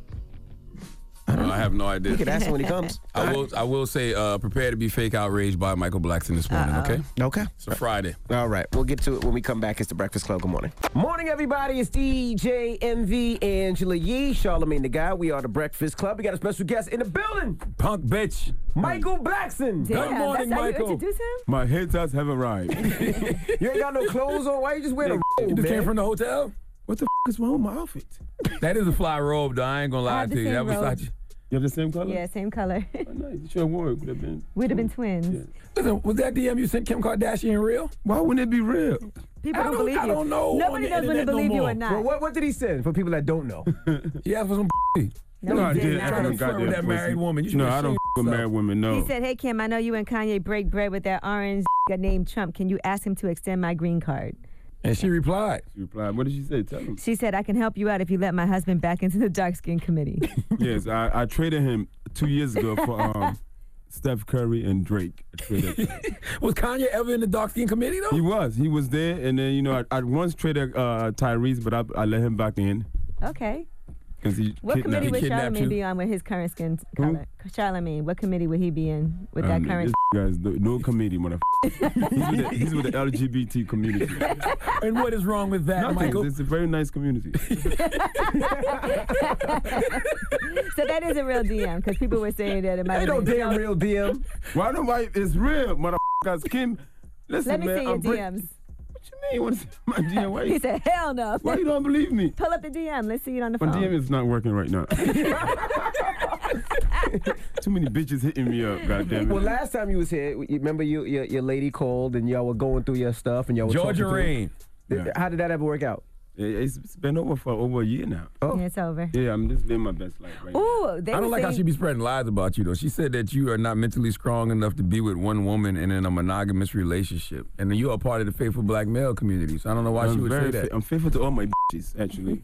No, I have no idea. We could ask him when he comes. [LAUGHS] I will. I will say, uh, prepare to be fake outraged by Michael Blackson this morning. Okay. Okay. It's a Friday. All right, we'll get to it when we come back. It's the Breakfast Club. Good morning. Morning, everybody. It's DJ MV Angela Yee, Charlemagne the Guy. We are the Breakfast Club. We got a special guest in the building. Punk bitch. Michael Blackson. Good morning, Michael. My haters have arrived. You ain't got no clothes on. Why you just wearing a robe, You just came man? from the hotel. What the f- is wrong with my outfit? That is a fly robe, though. I ain't gonna I lie have to the you. That same was robe. such. You have the same color. Yeah, same color. Oh, [LAUGHS] You should have worn it. Could have been. Would have been twins. Listen, was that DM you sent Kim Kardashian real? Why wouldn't it be real? People I don't, don't- believe you. I don't know Nobody on the knows when to internet no believe you more. or not. Well, what, what did he send for people that don't know? yeah, for some. No, he did not. I don't Trying to flirt with goddamn that married pussy. woman. You No, should I don't shame f- with married women. No. He said, "Hey Kim, I know you and Kanye break bread with that orange [LAUGHS] named Trump. Can you ask him to extend my green card?" And she replied. She replied. What did she say? Tell him. She said, "I can help you out if you let my husband back into the dark [LAUGHS] skin committee." [LAUGHS] yes, I, I traded him two years ago for um, Steph Curry and Drake. I traded- Was Kanye ever in the dark skin committee though? he was. He was there, and then you know I, I once traded uh, Tyrese, but I, I let him back in [LAUGHS] okay. because he What kidnapped, committee he would kidnapped Charlemagne you. be on with his current skin color? Charlemagne, what committee would he be in with that Um, current? [LAUGHS] this guy's no, no committee, motherfucker. he's, with the, he's with the LGBT community. [LAUGHS] and what is wrong with that, Nothing. Michael? It's a very nice community. so that is a real DM because people were saying that it might. Ain't have no been- damn real DM. Why don't I? It's real, motherfuckers. Kim, listen, Let me man. see your I'm break- DMs. What you mean? What is my DM? Why [LAUGHS] He you, said, "Hell no." why you don't believe me? [LAUGHS] Pull up the DM. Let's see it on the My phone. DM is not working right [LAUGHS] now. Too many bitches hitting me up, goddamn it. Well, last time you was here, you- remember you your, your lady called and y'all were going through your stuff and y'all were talking Georgia to her? Rain. Th- How did that ever work out? It- It's it's been over for over a year now. Oh. It's over. Yeah, I'm just living my best life right now. Ooh, they I don't were like how saying- she be spreading lies about you though. She said that you are not mentally strong enough to be with one woman and in a monogamous relationship, and then you are part of the faithful black male community. So I don't know why I'm she would say very that. fa- I'm faithful to all my bitches, [LAUGHS] actually.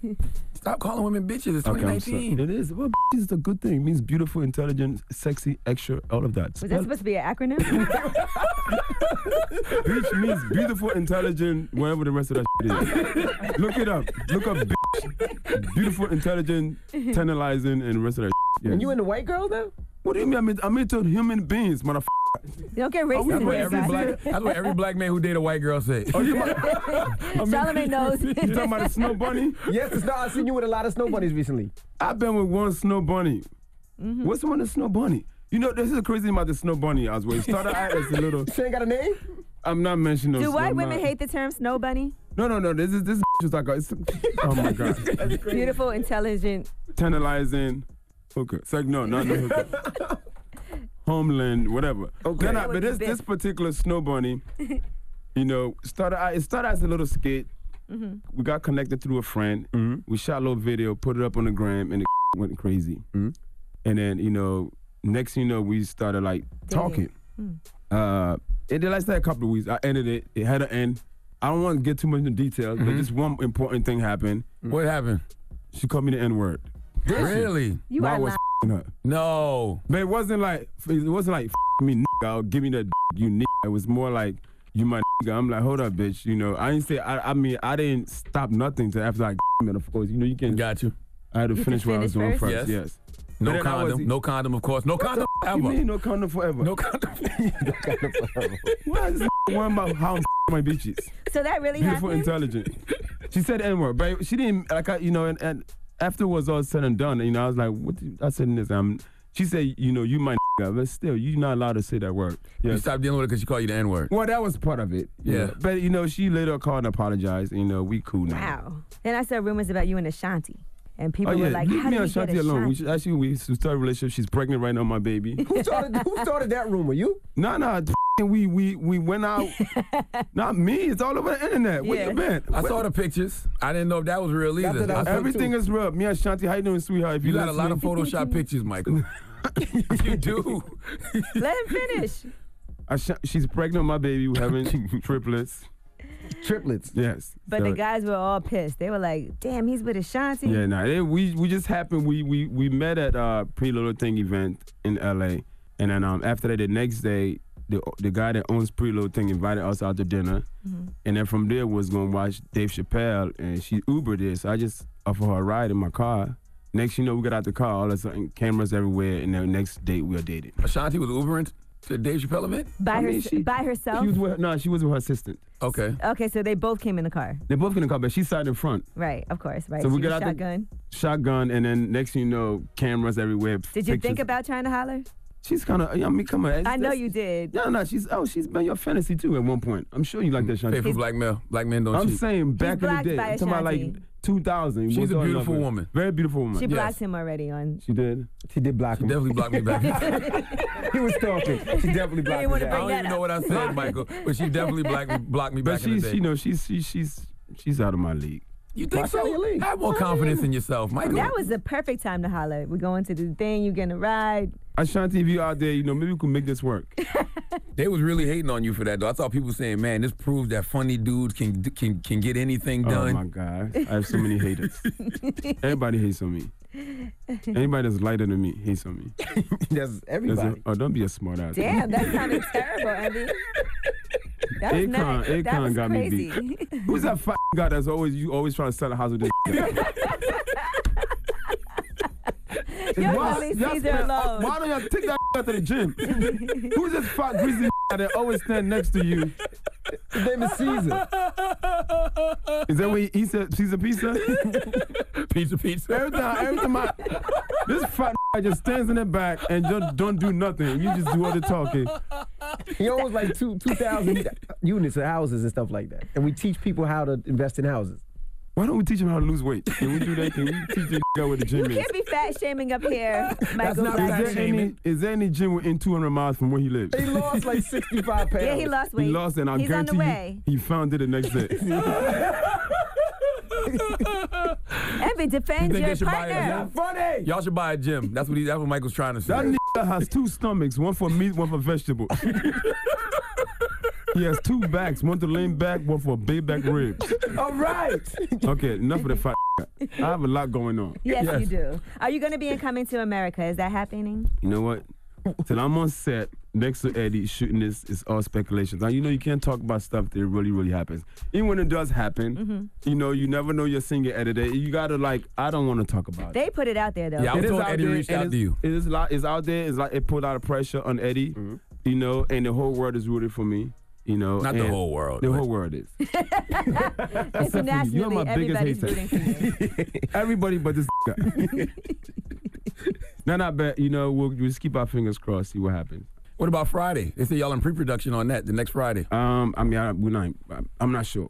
Stop calling women bitches. It's Okay, I'm 2019. sorry. it is. Well, bitches is a good thing. It means beautiful, intelligent, sexy, extra, all of that. Was that supposed to be [LAUGHS] an acronym? Bitch means beautiful, intelligent, whatever the rest of that shit is. Look it up. Look up bitch. Beautiful, intelligent, tantalizing, and the rest of that shit. And you and the white girl though? What do you mean? I'm, in, I'm into human beings, motherfucker. Don't get Are we racist. in That's what here, every guys. black. That's what every black man who date a white girl say. Oh, you my, [LAUGHS] Charlamagne knows. You talking about a snow bunny? Yes, it's not. I've seen you with a lot of snow bunnies recently. I've been with one snow bunny. Mm-hmm. What's the one that's snow bunny? You know, this is crazy about the snow bunny as well. It started out as a little. [LAUGHS] She ain't got a name? I'm not mentioning. Do those- white I'm women not- hate the term snow bunny? No, no, no. This is [LAUGHS] this is like a. It's, oh my god. Beautiful, intelligent. tantalizing hooker. It's like no, not no hooker. Homeland, whatever. Okay. No, no, but this this particular snow bunny, you know, started out, it started as a little skit. Mm-hmm. We got connected through a friend. We shot a little video, put it up on the gram, and it [LAUGHS] went crazy. And then you know, next thing you know, we started like talking. Hmm. [LAUGHS] Uh, it did last a couple of weeks. I ended it. It had an end. I don't want to get too much into details, but just one important thing happened. Mm-hmm. Mm. What happened? She called me the N word. Really? You Why are was up? No. But it wasn't like it wasn't like "F me nigga, or give me that d- you nigga. It was more like you my nigga. I'm like, hold up, bitch. You know, I didn't say I I mean I didn't stop nothing till after I and of course. You know, you can Got you. I had to You can finish what I was doing finish first, first? yes. Yes. No But then I was- condom. no condom, of course. No What the condom f- You ever. mean no condom forever? No [LAUGHS] condom. [LAUGHS] Why [LAUGHS] is this one about how I'm f- my bitches? So that really Beautiful, happened. intelligent. She said N word, but she didn't like I, you know. And, and after it was all said and done, you know, I was like, what? do you- I said this. Um, she said, you know, you my nigga, but still, you're not allowed to say that word. You Yes. stopped dealing with it because she called you the N word. Well, that was part of it. you Yeah. know. But you know, she later called and apologized. You know, we cool now. Wow. Then I saw rumors about you and Ashanti, and people oh yeah, were like, leave "How me did and we get Shanti alone. We Ashanti?" should, actually, we started a relationship. She's pregnant right now, my baby. [LAUGHS] Who started, who started that rumor? You? No, no, [LAUGHS] f***ing we we we went [LAUGHS] out. Not me. It's all over the internet. What Yeah. you meant? I saw the pictures. I didn't know if that was real either. I saw Everything two. is real. Me and Shanti, how you doing, sweetheart? If You you, got a lot of [LAUGHS] Photoshop [LAUGHS] pictures, Michael. you do. Let him finish. I sh- she's pregnant, with my baby. We're [LAUGHS] having triplets. Triplets. Yes. But So- the guys were all pissed. They were like, "Damn, he's with Ashanti." Yeah, nah. It, we we just happened. We we we met at uh pre little thing event in L.A. And then um after that, the next day, the the guy that owns pre little thing invited us out to dinner. And then from there was gonna watch Dave Chappelle, and she Ubered it. So I just offered her a ride in my car. Next, you know, we got out the car, all of a sudden, cameras everywhere, and the next date we were dating. Ashanti was Ubering to Dave Chappelle event. By, I her, mean, she- by herself. She was with, no, she was with her assistant. Okay. okay, so they both came in the car. They both in the car, but she sat in front, Right, of course. Right. So we She got was out the- shotgun. shotgun, and then next thing you know, cameras everywhere. Did you pictures. think about trying to holler? She's kind of. I mean, come on. I know that's- you did. No, no, she's oh, she's been your fantasy too at one point. I'm sure you like that, Shanti. Faithful Mm. black male. Black men don't I'm cheat. saying back in the blocked day, by I'm talking about like Ashanti. 2000. She's was a all in beautiful love with- woman. Very beautiful woman. She blocked him [LAUGHS] already on. She did. She did block him. Definitely blocked me back. [LAUGHS] he was [LAUGHS] stalking. She definitely blocked me wanna back. bring I don't that even know what I said, Michael, but she definitely blacked me, blocked me But back in the she's, day. you know, she's she's she's she's out of my league. you think Blocked out your so? league. Have more confidence in yourself, Michael. That was the perfect time to holler. We're going to the thing. You getting a ride? Ashanti, if you out there, you know, maybe we could make this [LAUGHS] work. They was really hating on you for that though. I saw people saying, "Man, this proves that funny dudes can can can get anything done." Oh my God, I have so many [LAUGHS] haters. Everybody hates on me. Anybody that's lighter than me hates on me. that's everybody. oh, don't be a smart ass. Damn, [LAUGHS] that sounded terrible, Envy. That was Akon, not, that Akon was got me crazy. beat. [LAUGHS] Who's that f- guy that's always you always trying to sell a house with this? [LAUGHS] Yo, Why- Julius y'all Caesar spend- alone. Why don't y'all take that [LAUGHS] out to the gym? Who's this fat greasy [LAUGHS] that always stand next to you? His name is Caesar. Is that what he, he said? Caesar pizza? pizza pizza. Every time, every time I, this fat [LAUGHS] just stands in the back and just don't do nothing. You just do all the talking. He owns like two two thousand units of houses and stuff like that. And we teach people how to invest in houses. Why don't we teach them how to lose weight? Can we do that? Can we teach [LAUGHS] the guy where the You gym is? can't be fat shaming up here, Michael Is there Black. any is there any gym within 200 miles from where he lives? He lost like sixty five pounds. Yeah, he lost weight. He lost, and I He's on guarantee the way. You, he found it the next day. Envy, defend your partner. funny. [LAUGHS] Y'all should buy a gym. That's what he, that's what Michael's trying to say. that nigga has two stomachs, one for meat, one for vegetables. he has two backs, one to lean back, one for big back ribs. All right. Okay, enough of the fight. I have a lot going on. [LAUGHS] Yes, you do. Are you going to be in Coming to America? Is that happening? You know what? Till I'm on set next to Eddie shooting this, it's all speculations. Now you know you can't talk about stuff that really, really happens. Even when it does happen, Mm-hmm. you know you never know your singer editor. You gotta like, I don't want to talk about it. They put it out there, though. It is out there, and it's- you. Mm-hmm. It is a lot. It's out there. It's like it put a lot of pressure on Eddie, you know, and the whole world is rooting for me, you know. Not the and whole world, The but- whole world is. Internationally, You're my biggest everybody's hater. rooting for you. [LAUGHS] Everybody but this guy. [LAUGHS] no, no, but you know we'll we'll just keep our fingers crossed. See what happens. What about Friday? They say y'all in pre-production on that the next Friday. Um, I mean, I, we're not. I'm- I'm not sure.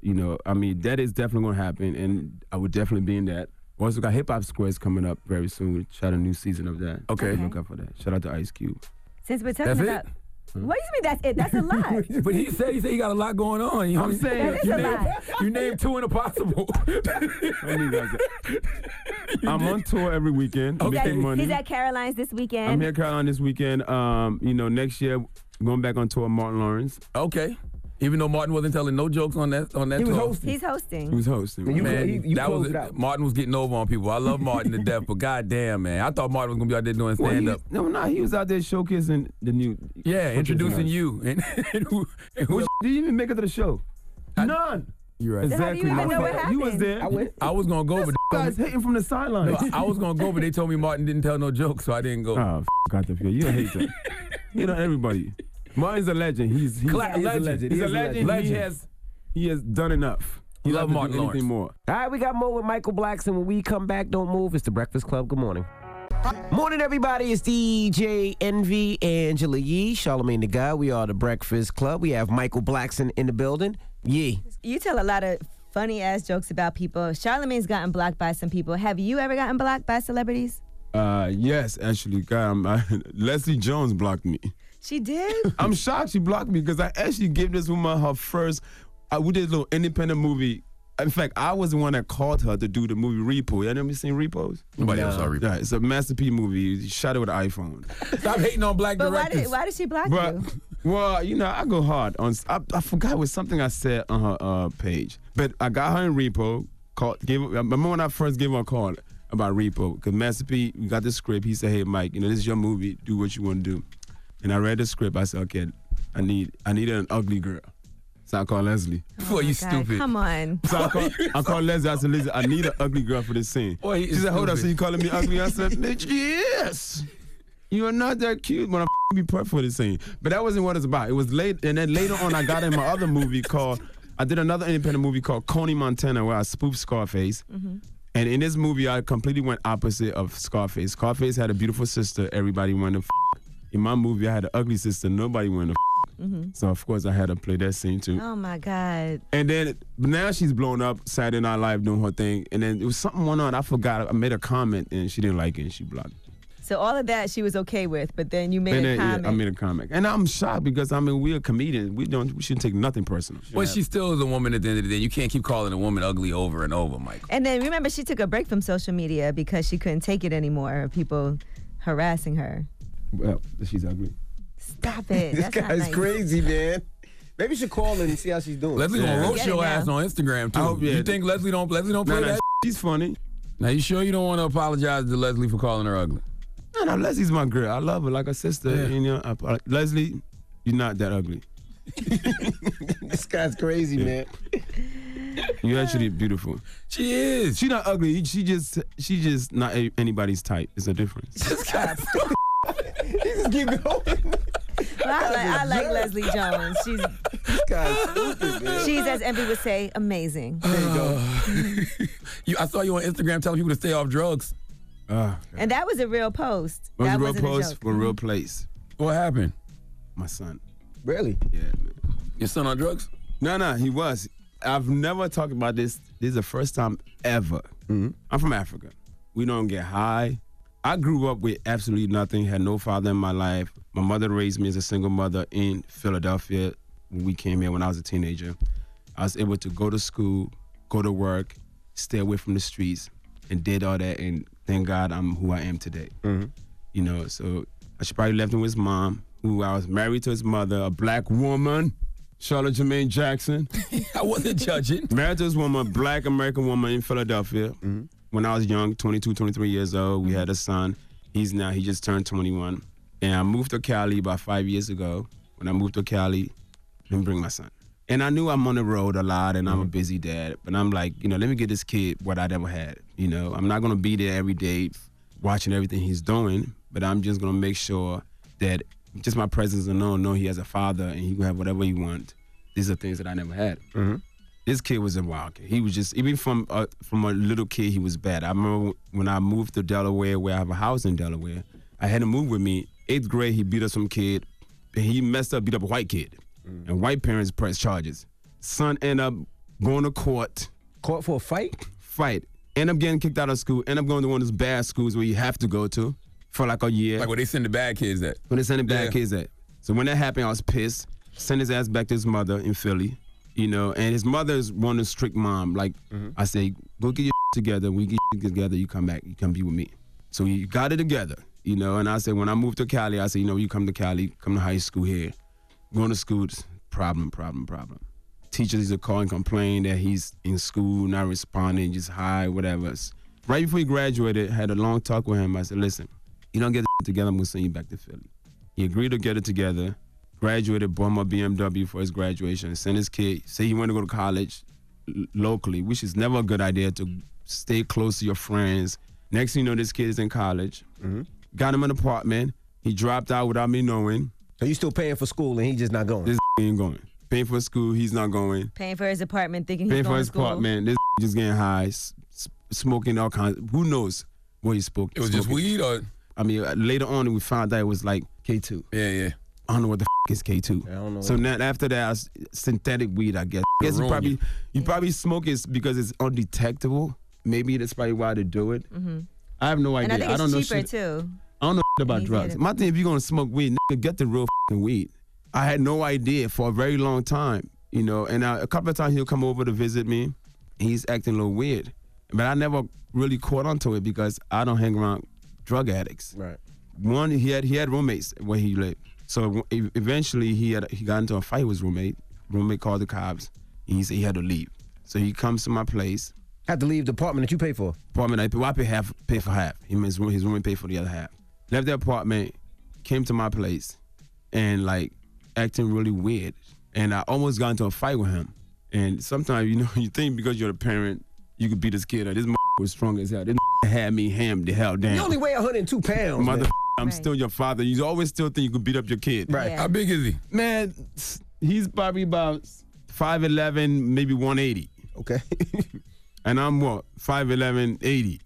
You know, I mean, that is definitely gonna happen, and I would definitely be in that. We Also got Hip Hop Squares coming up very soon. We shot a new season of that. Okay. Look out for that. Shout out to Ice [LAUGHS] Cube. Since we're talking That's it? Hmm. about. What do you mean that's it? [LAUGHS] That's a lie. But he said he said he got a lot going on. You know I'm what I'm saying- saying? That is you, a named, lie. you named two in [LAUGHS] a possible. I mean, guys, I'm on tour every weekend, He's at, making money. he's at Caroline's this weekend. I'm here at Caroline this weekend. Um, you know, next year going back on tour, Martin Lawrence. Okay. Even though Martin wasn't telling no jokes on that on that talk. He's hosting. He was hosting. Man, you- man, you- you that was closed it out. Martin was getting over on people. I love Martin to death, but goddamn, man, I thought Martin was gonna be out there doing Well, he stand was- up. No, no, he was out there showcasing the new. Yeah, Fucking introducing nice. you. [LAUGHS] And, and who, and who Which did you even make it to the show? None. You're right. Then how do you Exactly. even know what You was happened? there. I was, gonna go, but You guys hating from the sideline. No, I was gonna go, but they told me Martin didn't tell no jokes, so I didn't go. Oh, f- [LAUGHS] out the field. You a hater. you know everybody. Martin's a legend. He's he's, Cla- he's legend. a legend. He's He a is legend. He Legend. has he has done enough. He doesn't Love do Martin anything Lawrence. more. All right, we got more with Michael Blackson. When we come back, don't move. It's the Breakfast Club. Good morning. Morning, everybody. It's DJ NV, Angela Yee, Charlemagne the Guy. We are the Breakfast Club. We have Michael Blackson in the building. Yee. You tell a lot of funny ass jokes about people. Charlemagne's gotten blocked by some people. Have you ever gotten blocked by celebrities? Uh, yes, actually, God, I'm, I, [LAUGHS] Leslie Jones blocked me. She did. I'm shocked she blocked me because I actually gave this woman her first. uh, I, we did a little independent movie. In fact, I was the one that called her to do the movie Repo. You never seen Repos? Nobody else saw Repo. Yeah, it's a masterpiece movie. You shot it with an iPhone. Stop hating on black But why directors. did why did she block But [LAUGHS] you? well, you know, I go hard on. I, I forgot it was something I said on her uh, page, but I got her in repo. Called, gave. I remember when I first gave her a call about repo because Master P we got the script. He said, "Hey, Mike, you know this is your movie. Do what you want to do." And I read the script. I said, "Okay, I need I need an ugly girl." So I called Leslie. Boy, you Oh God, stupid. Come [LAUGHS] on. So [LAUGHS] I called, I called Leslie. I said, "Leslie, I need an ugly girl for this scene." Boy, he she is said, "Hold up, so stupid. you calling me ugly?" I said, "Bitch, yes." You are not that cute, but I'm [LAUGHS] be prepped for this scene. But that wasn't what it's about. It was late, and then later on, I got in my other movie called. I did another independent movie called Coney Montana, where I spoofed Scarface. And in this movie, I completely went opposite of Scarface. Scarface had a beautiful sister, everybody wanted to. F- in my movie, I had an ugly sister, nobody wanted to. Mhm. F- so of course, I had to play that scene too. Oh my God. And then but now she's blown up Saturday Night Live doing her thing. And then it was something went on. I forgot. I made a comment and she didn't like it and she blocked. me. So all of that she was okay with, but then you made and a then, uh, yeah, comment. I made a comment. And I'm shocked because I mean we're comedians. We don't we shouldn't take nothing personal. Well, she still is a woman at the end of the day. You can't keep calling a woman ugly over and over, Mike. and then remember she took a break from social media because she couldn't take it anymore. of People harassing her. Well, she's ugly. [LAUGHS] Stop it. That's not nice. crazy, man. Maybe you should call her and see how she's doing. Leslie gonna roast Get it your now. ass on Instagram too. I hope- Oh, yeah. You think Leslie don't Leslie don't Nah, play nah, that? She's funny. Now you sure you don't want to apologize [SIGHS] to Leslie for calling her ugly? No, no, Leslie's my girl. I love her like a sister. Yeah. You know, I, I- Leslie, you're not that ugly. [LAUGHS] this guy's crazy, man. You're actually beautiful. She is. She's not ugly. She just she just not a- anybody's type. It's a difference. [LAUGHS] Just keep going. Well, I like, I like Leslie Jones. She's This guy's stupid, man. she's as Envy would say, amazing. [SIGHS] You, I saw you on Instagram telling people to stay off drugs. Uh, And that was a real post. was a that real wasn't post a joke. for a real place. What happened? My son. Really? Yeah, man. Your son on drugs? No, no, he was. I've never talked about this. This is the first time ever. I'm from Africa. We don't get high. I grew up with absolutely nothing, had no father in my life. My mother raised me as a single mother in Philadelphia when we came here when I was a teenager. I was able to go to school, go to work, stay away from the streets, and did all that. And thank God I'm who I am today. Mm-hmm. You know, so I should probably left him with his mom, who I was married to his mother, a black woman, Charlotte Jermaine Jackson. [LAUGHS] I wasn't judging. Mm-hmm. married to this woman, black American woman in Philadelphia. When I was young, 22, 23 years old, we had a son. He's now, he just turned 21. And I moved to Cali about five years ago. When I moved to Cali, let me bring my son. And I knew I'm on the road a lot and I'm a busy dad, but I'm like, you know, let me get this kid what I never had. You know, I'm not gonna be there every day watching everything he's doing, but I'm just gonna make sure that just my presence alone, know he has a father and he can have whatever he wants. These are things that I never had. This kid was a wild kid. He was just even from a, from a little kid, he was bad. I remember when I moved to Delaware, where I have a house in Delaware. I had him move with me. Eighth grade, he beat up some kid. He messed up, beat up a white kid, and white parents pressed charges. Son end up going to court, Caught for a fight? fight, end up getting kicked out of school, end up going to one of those bad schools where you have to go to for like a year. Like where they send the bad kids at. When they sent him back, Yeah. kids at. So when that happened, I was pissed. Sent his ass back to his mother in Philly, you know. And his mother's one of strict mom. Like Mm-hmm. I say, go get your [LAUGHS] together. When you get your together, you come back. You come be with me. So you got it together, you know. And I said, when I moved to Cali, I said, you know, you come to Cali, come to high school here, going to schools, problem, problem, problem. Teachers used to call and complain that he's in school, not responding, just high, whatever. Right before he graduated, had a long talk with him. I said, listen, you don't get this [LAUGHS] together, I'm gonna send you back to Philly. He agreed to get it together, graduated, bought my BMW for his graduation, sent his kid, say he wanted to go to college l- locally, which is never a good idea to stay close to your friends. Next thing you know, this kid is in college. Got him an apartment. He dropped out without me knowing. So you still paying for school and he's just not going? This [LAUGHS] ain't going. Paying for school, he's not going. Paying for his apartment, thinking he's Paying going for his to school. apartment. This [LAUGHS] just getting high, s- s- smoking all kinds. Who knows what he spoke? It was just weed or? I mean, uh, later on we found out it was like K2. Yeah, yeah. I don't know what the [LAUGHS] f- is K2. I don't know. So now after that, I s- synthetic weed, I guess. I guess you Ruin probably you. you. probably smoke it because it's undetectable. Maybe that's probably why they do it. Mm-hmm. I have no idea. and I think it's don't know cheaper shit- too. I don't know about Easy drugs. to- My thing, if you're gonna smoke weed, nigga, get the real fing weed. I had no idea for a very long time, you know. And I, a couple of times he'll come over to visit me. He's acting a little weird, but I never really caught onto it because I don't hang around drug addicts. Right. One, he had he had roommates where he lived, so e- eventually he had he got into a fight with his roommate. Roommate called the cops. And he said he had to leave, so he comes to my place. Had to leave the apartment that you pay for. Apartment I pay, well, I pay half, pay for half. Him and his room- his roommate paid for the other half. Left the apartment, came to my place, and like acting really weird. And I almost got into a fight with him. And sometimes you know [LAUGHS] you think because you're the parent you could beat this kid. Or this [LAUGHS] was strong as hell. This [LAUGHS] had me hammed the hell down. You only weigh 102 pounds. Mother, man. I'm still your father. You always still think you could beat up your kid. Right. Yeah. How big is he? Man, s- he's probably about 5'11, maybe 180. Okay. [LAUGHS] and I'm what? 5'11, [LAUGHS] 80.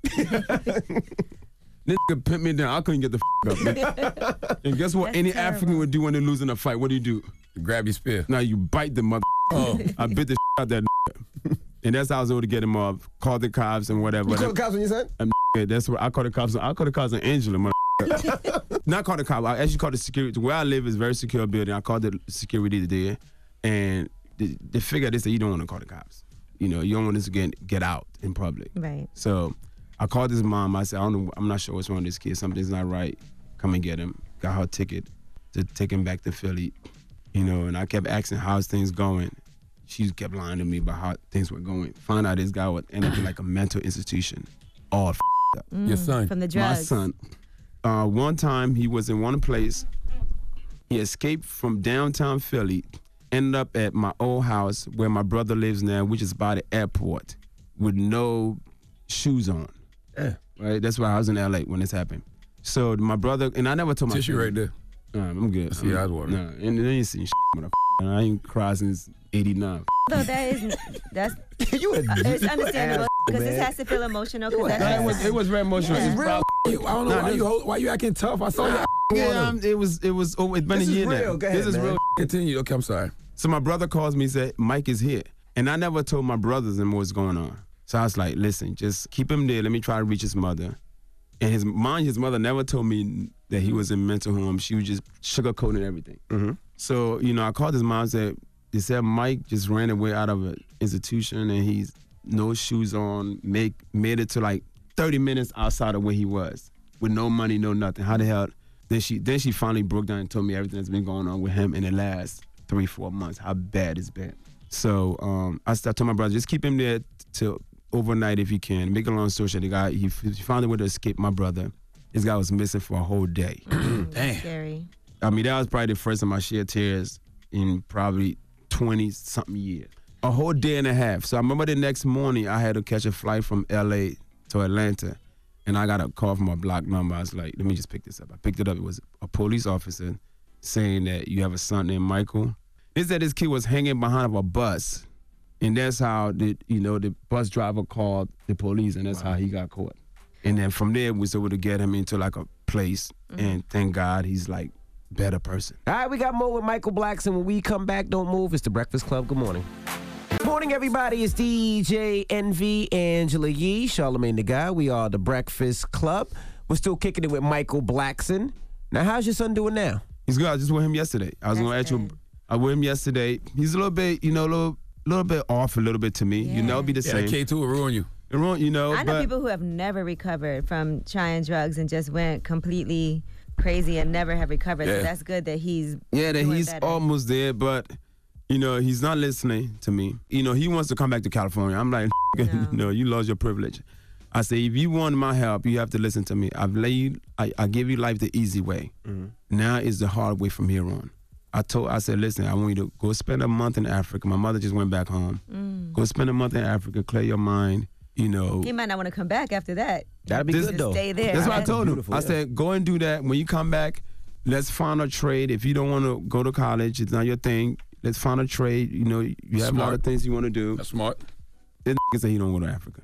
this could put me down. I couldn't get the f- up, [LAUGHS] man. and guess what? That's Any terrible. African would do when they lose in a fight. What do you do? grab your spear. Now you bite the mother. Oh. I bit the out that. [LAUGHS] and that's how I was able to get him off. Call the cops and whatever. You called the cops on your son? Um, yeah, that's what I call the cops. I call the cops on [LAUGHS] Angela. mother- Not call the cop. I actually called the security. Where I live is a very secure building. I called the security there, and they, they figured this that you don't want to call the cops. You know, you don't want this to get get out in public. Right. So I called his mom. I said, I don't know. I'm not sure what's wrong with this kid. Something's not right. Come and get him. Got her ticket to take him back to Philly. You know, and I kept asking how's things going. She kept lying to me about how things were going. Found out this guy was ended up in like [COUGHS] a mental institution. All f- up. Mm, Your son. from the My drugs. son. Uh, one time he was in one place. He escaped from downtown Philly, ended up at my old house where my brother lives now, which is by the airport, with no shoes on. Yeah. Right? That's why I was in LA when this happened. So my brother and I never told my Tissue right there. Nah, I'm [LAUGHS] good. see your eyes watering. Nah, and they ain't seen shit, motherfucker. I ain't cried since '89. Though that is [LAUGHS] that's you it's understandable because this man. has to feel emotional. 'cause No, that's- it was it was very emotional. Yeah. It's real. I don't know why you hold- why you acting tough. I saw your Yeah, um, it was it was. Oh, it's been This a is year now. real. Go ahead, this is man. real. Continue. Okay, I'm sorry. So my brother calls me and said Mike is here, and I never told my brothers and what's going on. So I was like, listen, just keep him there. Let me try to reach his mother. And his mind, his mother never told me that he was in mental harm. She was just sugarcoating everything. Mm-hmm. So you know, I called his mom. and Said they said Mike just ran away out of an institution, and he's no shoes on. Make made it to like 30 minutes outside of where he was with no money, no nothing. How the hell? Then she then she finally broke down and told me everything that's been going on with him in the last three four months. How bad it's been. So um, I started told my brother just keep him there till overnight if you can. Make a long story short, the guy he, f- he found a way to escape my brother. This guy was missing for a whole day. [CLEARS THROAT] Damn. Scary. I mean, that was probably the first time I shed tears in probably 20 something years. A whole day and a half. So I remember the next morning I had to catch a flight from LA to Atlanta. And I got a call from a block number. I was like, let me just pick this up. I picked it up. It was a police officer saying that you have a son named Michael. They said this kid was hanging behind a bus. And that's how the you know the bus driver called the police and that's how he got caught. And then from there we was able to get him into like a place and thank God he's like better person. Mm-hmm. All right, we got more with Michael Blackson. When we come back, don't move. It's the Breakfast Club. Good morning. Good morning, everybody. It's DJ NV, Angela Yee, Charlemagne the Guy. We are the Breakfast Club. We're still kicking it with Michael Blackson. Now, how's your son doing now? He's good. I was just with him yesterday. I was gonna ask you. I with him yesterday. He's a little bit, you know, a little, little bit off, a little bit to me. You know, be the Yeah, same. K2 will ruin you. It ruin, you know. I know but people who have never recovered from trying drugs and just went completely crazy and never have recovered. Yeah. So that's good that he's yeah, that doing he's better. almost there, but You know, he's not listening to me. You know, he wants to come back to California. I'm like, [LAUGHS] no, you lost your privilege. I say, if you want my help, you have to listen to me. I've laid, I, I gave you life the easy way. Now is the hard way from here on. I told, I said, listen, I want you to go spend a month in Africa. My mother just went back home. Mm. Go spend a month in Africa, clear your mind. You know, He might not want to come back after that. This- Just Stay there. That's what I right? told him. I said, go and do that. When you come back, let's find a trade. If you don't want to go to college, it's not your thing. Let's find a trade. You know, you have a lot Smart. of things you want to do. That's smart. This nigga said he don't go to Africa.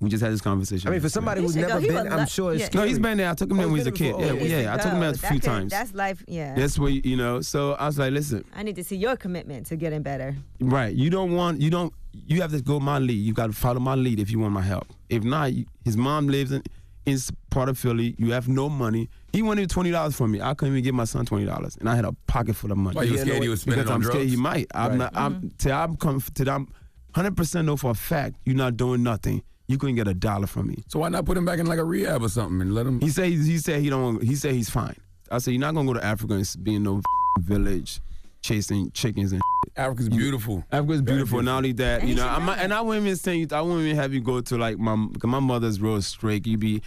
We just had this conversation. I mean, for somebody You who's should never go. He been, would I'm lo- sure it's yeah. No, he's been there. I took him Oh, there when he he's was a been kid. there Yeah, before. yeah, I took him there a That few could- times. That's life. Yeah. That's where, you know, so I was like, listen, I need to see your commitment to getting better. Right. You don't want. You don't. You have to go my lead. You got to follow my lead if you want my help. If not, you- his mom lives in in s- part of Philly. You have no money. He wanted twenty dollars from me. I couldn't even give my son twenty dollars, and I had a pocket full of money. Why, you were scared he would spend it Because on I'm scared drugs? he might. I'm Right. not. I'm till I'm comf- till I'm hundred percent know for a fact you're not doing nothing. You couldn't get a dollar from me. So why not put him back in like a rehab or something and let him? He said he said he don't. He said he's fine. I said you're not gonna go to Africa and s- be in no village chasing chickens and. Africa's beautiful. Africa's beautiful. Not only that, And you you know, should I'm know not, and I wouldn't even say I wouldn't even have you go to like my cause my mother's real straight. You be,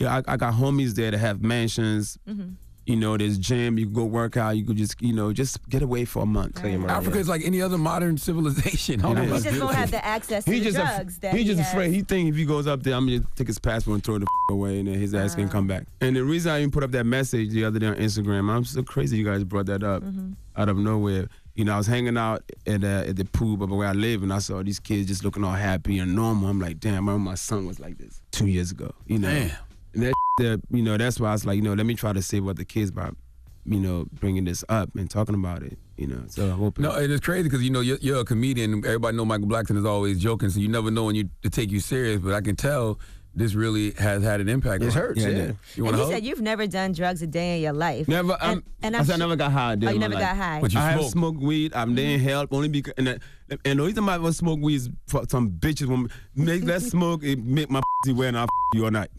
yeah, I, I got homies there that have mansions. Mm-hmm. You know, there's gym. You can go work out. You could just, you know, just get away for a month. Africa is like any other modern civilization. Hold It on. is. He just Don't have the access to He the just af- drugs that he just has. afraid. He think if he goes up there, I'm gonna take his passport and throw the away, and then his ass Uh-huh. can come back. And the reason I even put up that message the other day on Instagram, I'm so crazy you guys brought that up Mm-hmm. out of nowhere. You know, I was hanging out at, uh, at the pool, but where I live, and I saw these kids just looking all happy and normal. I'm like, damn, I remember my son was like this two years ago. You know, Damn. And that, that you know, that's why I was like, you know, let me try to save what the kids by, you know, bringing this up and talking about it. You know, so I hope. it- No, and it's crazy because you know you're, you're a comedian. Everybody know Michael Blackson is always joking, so you never know when you to take you serious. But I can tell this really has had an impact. It on hurts, yeah. You And want you to said you've never done drugs a day in your life. Never. I'm, And, and I, I'm said I never got high. a day Oh, in you my never life. got high. But you I have smoked. smoked weed. I'm didn't help only because and, the- and the reason why I was smoke weed is for some bitches when make [LAUGHS] that smoke it make my wet and I you all night.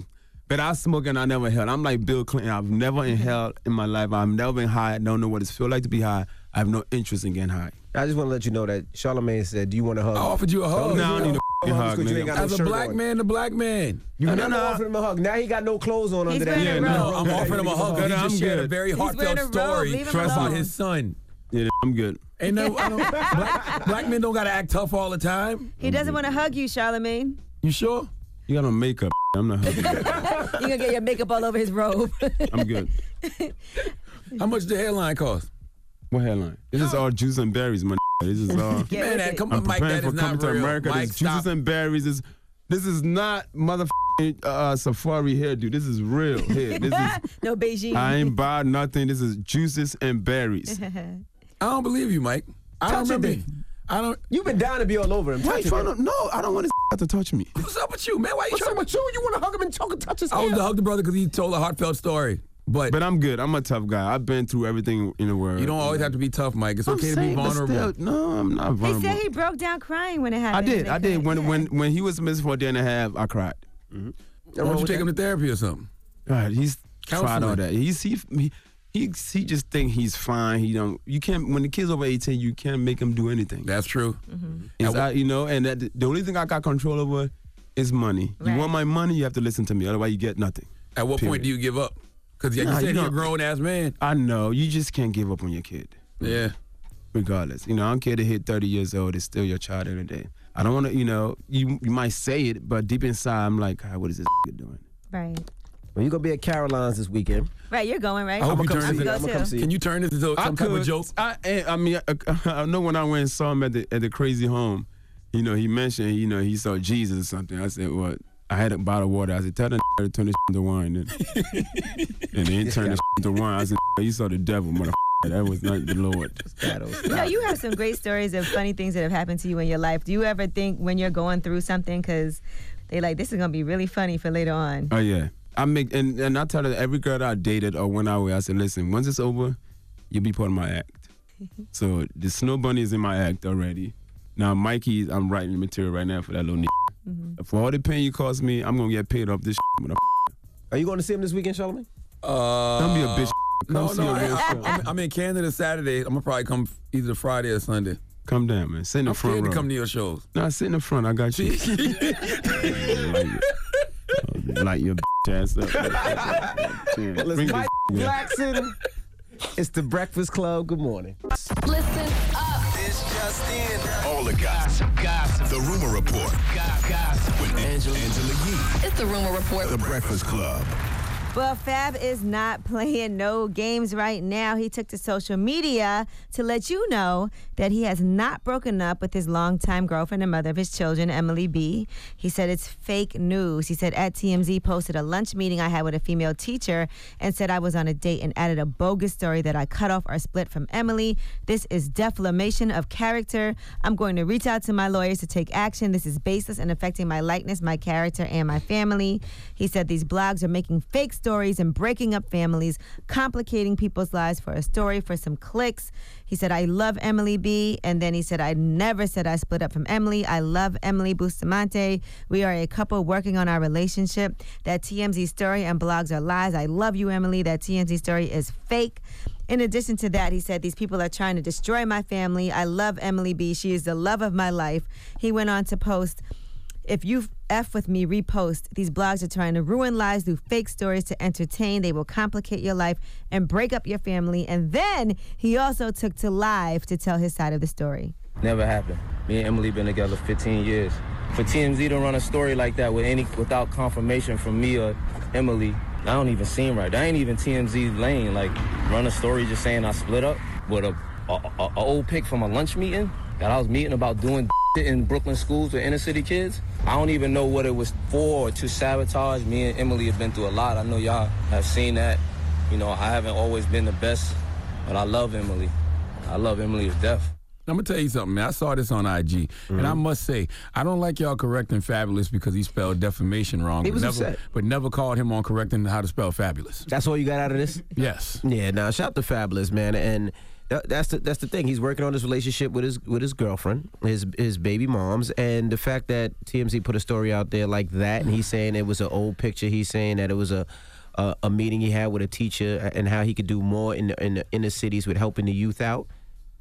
But I smoke and I never inhaled. I'm like Bill Clinton. I've never Mm-hmm. inhaled in my life. I've never been high. I don't know what it feels like to be high. I have no interest in getting high. I just want to let you know that Charlemagne said, "Do you want a hug?" I offered you a Don't hug. Nah, I give need me a hug hug, because you ain't nigga. got no As a shirt black on. man to black man. You No, never no, no. offered him a hug. Now he got no clothes on He's under that. wearing a Yeah, no, robe. I'm offering him a hug. He just shared a very He's heartfelt wearing a robe. story Leave him Trust alone. about his son. Yeah, I'm good. Ain't no, [LAUGHS] I [LAUGHS] don't, black, black men don't gotta act tough all the time. He doesn't want to hug [LAUGHS] you, Charlemagne. You sure? You got no makeup. I'm not hugging. you. You're gonna get your makeup all over his robe. I'm good. How much the hairline cost? What headline? This is all juice and berries, my. [LAUGHS] This is all. Get Man, with that- it. come on, I'm Mike, preparing that for is not coming to real. America. Mike, this juices and berries is. This is not motherfucking uh, safari hair, dude. This is real [LAUGHS] hair. This is. [LAUGHS] no Beijing. I [LAUGHS] ain't buy nothing. This is juices and berries. I don't believe you, Mike. I Touch don't it remember. then. I don't. You've been down to be all over him. Why you trying to? No, I don't want this to touch me. What's up with you, man? Why you What's up trying with you? You want to hug him and talk and touch his I was hair? to hug the brother because he told a heartfelt story. But but I'm good. I'm a tough guy. I've been through everything in the world. You don't always have to be tough, Mike. It's I'm okay to be saying, but vulnerable. still, no, I'm not He vulnerable. said he broke down crying when it I happened. did. I did. When when when he was missing for a day and a half, I cried. Why don't you take him to therapy or something? God, he's tried all Counseling. that. He's he, he he he just think he's fine. He don't. You can't. When the kid's over eighteen, you can't make him do anything. That's true. It's out- you know, and that, the only thing I got control over is money. You want my money, you have to listen to me. Otherwise, you get nothing. At what point do you give up? Because you Nah, you said you're a don't. grown ass man. I know. You just can't give up on your kid. Yeah. Regardless, you know, I don't care to hit thirty years old. It's still your child every day. I don't want to. You know, you you might say it, but deep inside, I'm like, God, what is this [LAUGHS] doing? Right. Well, you gonna be at Caroline's this weekend. Right. You're going right. I hope I'm you gonna turn come into- go I'ma too. come see you. Can you turn this into I some type could. of joke? I, eh, I mean, I, I know when I went and saw him at the at the crazy home, you know, he mentioned, you know, he saw Jesus or something. I said, well, I had a bottle of water. I said, tell that [LAUGHS] to turn this to wine. And, [LAUGHS] and they didn't turn this [LAUGHS] to wine. I said, you saw the devil, motherfucker. That was not the Lord. You know, you have some great stories of funny things that have happened to you in your life. Do you ever think when you're going through something, because they like this is gonna be really funny for later on? Oh yeah, I make and and I tell her every girl that I dated or went out with, I said, listen, once it's over, you'll be part of my [LAUGHS] act. so the snow bunny is in my act already. Now Mikey, I'm writing the material right now for that little. n Mm-hmm. For all the pain you caused me, I'm gonna get paid off this. Shit, Are you going to see him this weekend, Charlemagne? Uh, Don't be a bitch. Come No, see no, your I, real I, self. I'm, I'm in Canada Saturday. I'm gonna probably come either Friday or Sunday. Come down, man. Sit in the I'm front scared row. to come to your shows. [LAUGHS] Nah, sit in the front. I got you. Light your ass up. [LAUGHS] Let's Mike Blackson. It's the Breakfast Club. Good morning. Listen up. This just in. All the gossip. gossip. The Rumor Report. Gossip. With Angela, Angela Yee. It's the rumor report. The Breakfast Club. Well, Fab is not [LAUGHS] playing no games right now. He took to social media to let you know that he has not broken up with his longtime girlfriend and mother of his children, Emily B. He said it's fake news. He said at TMZ posted a lunch meeting I had with a female teacher and said I was on a date and added a bogus story that I cut off or split from Emily. This is defamation of character. I'm going to reach out to my lawyers to take action. This is baseless and affecting my likeness, my character, and my family. He said these blogs are making fake stories and breaking up families, complicating people's lives for a story, for some clicks. He said, I love Emily B. And then he said, I never said I split up from Emily. I love Emily Bustamante. We are a couple working on our relationship. That TMZ story and blogs are lies. I love you, Emily. That TMZ story is fake. In addition to that, he said, These people are trying to destroy my family. I love Emily B. She is the love of my life. He went on to post, If you F with me, repost. These blogs are trying to ruin lives through fake stories to entertain. They will complicate your life and break up your family. And then he also took to live to tell his side of the story. Never happened. Me and Emily been together 15 years. For TMZ to run a story like that with any without confirmation from me or Emily, I don't even seem right. I ain't even TMZ lane. Like run a story just saying I split up with a, a, a- a old pic from a lunch meeting that I was meeting about doing [LAUGHS] shit in Brooklyn schools with inner city kids. I don't even know what it was for or to sabotage. Me and Emily have been through a lot. I know y'all have seen that. You know, I haven't always been the best, but I love Emily. I love Emily to death. I'm gonna tell you something, man. I saw this on IG, and Mm-hmm. I must say, I don't like y'all correcting fabulous because he spelled defamation wrong. He but was never, upset. but never called him on correcting how to spell fabulous. That's all you got out of this? Yes. Yeah. Now shout out to Fabulous, man, and. that- That's the that's the thing. He's working on his relationship with his with his girlfriend, his his baby moms, and the fact that TMZ put a story out there like that, and he's saying it was an old picture. He's saying that it was a a, a meeting he had with a teacher, and how he could do more in the, in the inner cities with helping the youth out.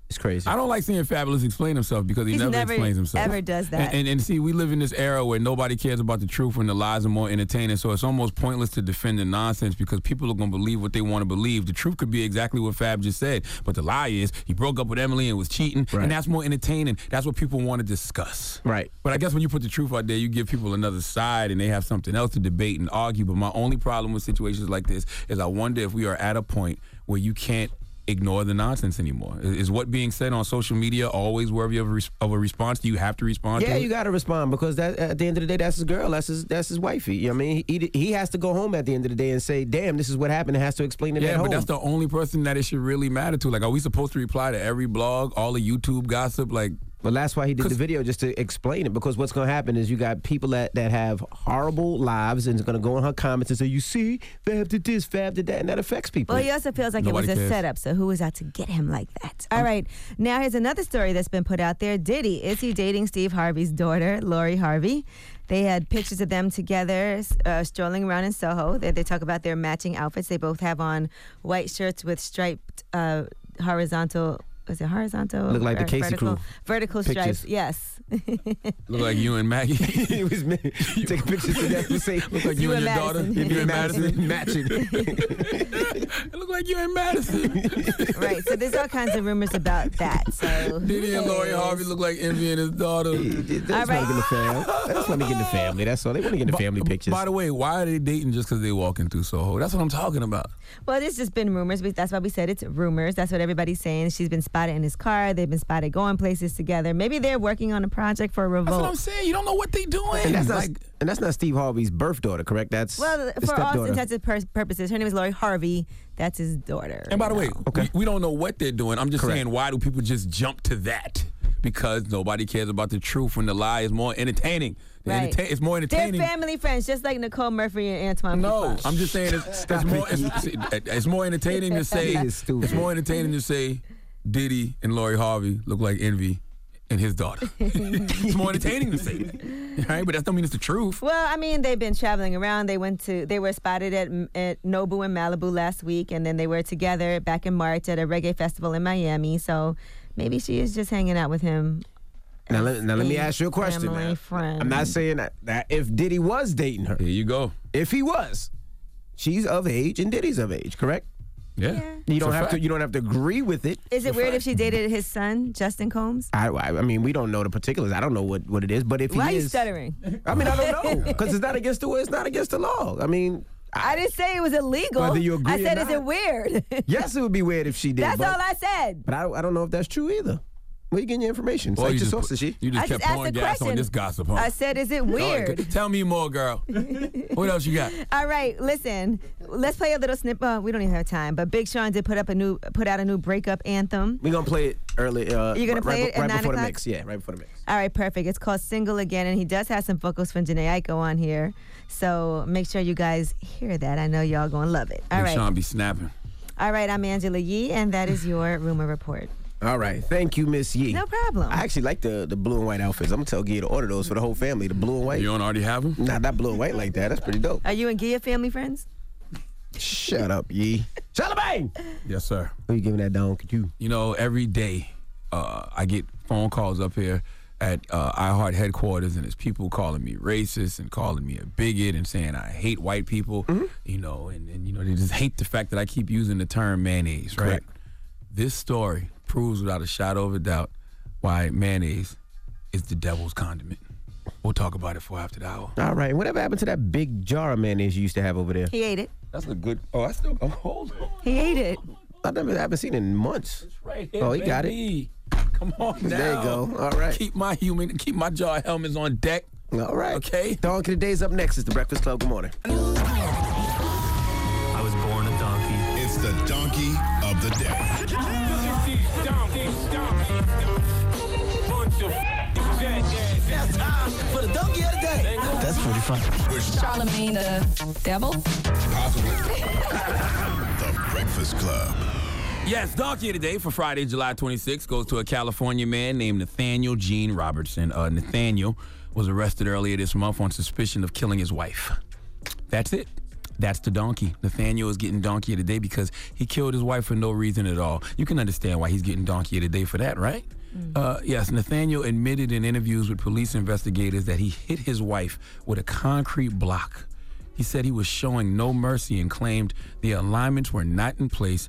It's crazy. I don't like seeing Fabulous explain himself because he He's never, never explains himself. ever does that. And, and and see, we live in this era where nobody cares about the truth and the lies are more entertaining. So it's almost pointless to defend the nonsense because people are gonna believe what they want to believe. The truth could be exactly what Fab just said, but the lie is he broke up with Emily and was cheating, and that's more entertaining. That's what people want to discuss. Right. But I guess when you put the truth out there, you give people another side and they have something else to debate and argue. But my only problem with situations like this is I wonder if we are at a point where you can't ignore the nonsense anymore. Is is what being said on social media always worthy of a, res- of a response? Do you have to respond Yeah, to it? you got to respond because that at the end of the day, that's his girl, that's his that's his wifey. You know what I mean, he, he has to go home at the end of the day and say, "Damn, this is what happened." and has to explain it yeah, at but home. that's the only person that it should really matter to. Like, are we supposed to reply to every blog, all the YouTube gossip? Like, Well, that's why he did the video just to explain it because what's going to happen is you got people that, that have horrible lives and is going to go in her comments and say, "You see, Fab did this, Fab did that," and that affects people. Well, he also feels like it was a setup, so who was out to get him like that? All right, now here's another story that's been put out there. Diddy, is he dating Steve Harvey's daughter, Lori Harvey? They had pictures of them together uh, strolling around in Soho. They, they talk about their matching outfits. They both have on white shirts with striped uh, horizontal. Is it horizontal? Look like the or Casey vertical, Crew Vertical stripes, pictures. yes. look like you [LAUGHS] and Maggie. it was [LAUGHS] me. Take pictures today. Say, look like you, and your daughter. Madison. You and Madison. Matching. [LAUGHS] it looked like you and Madison. right, so there's all kinds of rumors about that. So Diddy and Lori Harvey look like Envy and his daughter. They just want to get in the family. They just want to get in the family. That's all. They want to get in the family pictures. By the way, why are they dating just because they walking through Soho? That's what I'm talking about. Well, it's just been rumors. But that's why we said it's rumors. That's what everybody's saying. She's been spotted in his car. They've been spotted going places together. Maybe they're working on a project for a revolt. That's what I'm saying. You don't know what they doing. and that's not Like- and that's not Steve Harvey's birth daughter, correct? That's Well, his for all stepdaughter. intents and pur- purposes, her name is Lori Harvey. That's his daughter. and by the way, we, we don't know what they're doing. I'm just saying, why do people just jump to that? Because nobody cares about the truth when the lie is more entertaining. The Right. entertain- it's more entertaining. They're family friends, just like Nicole Murphy and Antoine. No, Fuqua. I'm just saying it's, it's more it's, it's more entertaining to say He is it's more entertaining to say Diddy and Lori Harvey look like Envy and his daughter. [LAUGHS] it's more entertaining to say that. All right, but that don't mean it's the truth. Well, I mean, they've been traveling around. They went to, they were spotted at, at Nobu in Malibu last week, and then they were together back in March at a reggae festival in Miami. So maybe she is just hanging out with him. Now, let, now let me a ask you a question. family now. friend. I'm not saying that, that if Diddy was dating her. Here you go. If he was, she's of age and Diddy's of age, correct? Yeah. You It's don't a have to. fact. You don't have to agree with it. Is it weird if she dated his son, Justin Combs? I, I, I mean, we don't know the particulars. I don't know what, what it is, but if he Why are you is, stuttering? I mean, I [LAUGHS] don't know because it's not against the it's not against the law. I mean, I didn't say it was illegal. Whether you agree I or said, is not. it weird? yes, it would be weird if she did. That's but, all I said. But I, don't- I don't know if that's true either. Where you getting your information? Well, Cite your you just sources, put- G. you just I kept just asked pouring a gas on question. this gossip, huh? I said, is Oh, it All right, weird? good. Tell me more, girl. what else you got? [LAUGHS] All right, listen. Let's play a little snip. Uh, we don't even have time, but Big Sean did put up a new, put out a new breakup anthem. We're gonna play it early. Uh, You gonna right- play right, it at right nine before the o'clock? mix? Yeah, right before the mix. All right, perfect. It's called Single Again, and he does have some vocals from Janae Aiko on here. So make sure you guys hear that. I know y'all gonna love it. All Big right. Sean be snapping. All right, I'm Angela Yee, and that is your rumor report. All right, thank you, Miss Yee. No problem. I actually like the the blue and white outfits. I'm gonna tell Gia to order those for the whole family. The blue and white. You don't already have them? Nah, not blue and white like that. That's pretty dope. Are you and Gia family friends? Shut up, Yee. Charlemagne. Yes, sir. Who you giving that donkey to? You know, every day uh, I get phone calls up here at uh, iHeart headquarters, and it's people calling me racist and calling me a bigot and saying I hate white people. You know, and, and you know they just hate the fact that I keep using the term mayonnaise. Right. This story proves without a shadow of a doubt why mayonnaise is the devil's condiment. We'll talk about it for after the hour. All right, whatever happened to that big jar of mayonnaise you used to have over there? He ate it. That's a good. Oh, I still. Oh, hold on. He ate it. I never I haven't seen it in months. Right Oh, he got it. baby. Come on now. There you go. All right. Keep my human, keep my jaw helmets on deck. All right. Okay. Donkey today's up next. It's the Breakfast Club. Good morning. I was born a donkey. It's the donkey of the day. That's time for the donkey of the day. That's pretty funny. Charlemagne the devil? The Breakfast Club. Yes, Donkey of the Day for Friday, July 26th goes to a California man named Nathaniel Gene Robertson. Uh, Nathaniel was arrested earlier this month on suspicion of killing his wife. That's it. That's the donkey. Nathaniel is getting donkey of the day because he killed his wife for no reason at all. You can understand why he's getting donkey of the day for that, right? Uh, yes, Nathaniel admitted in interviews with police investigators that he hit his wife with a concrete block. He said he was showing no mercy and claimed the alignments were not in place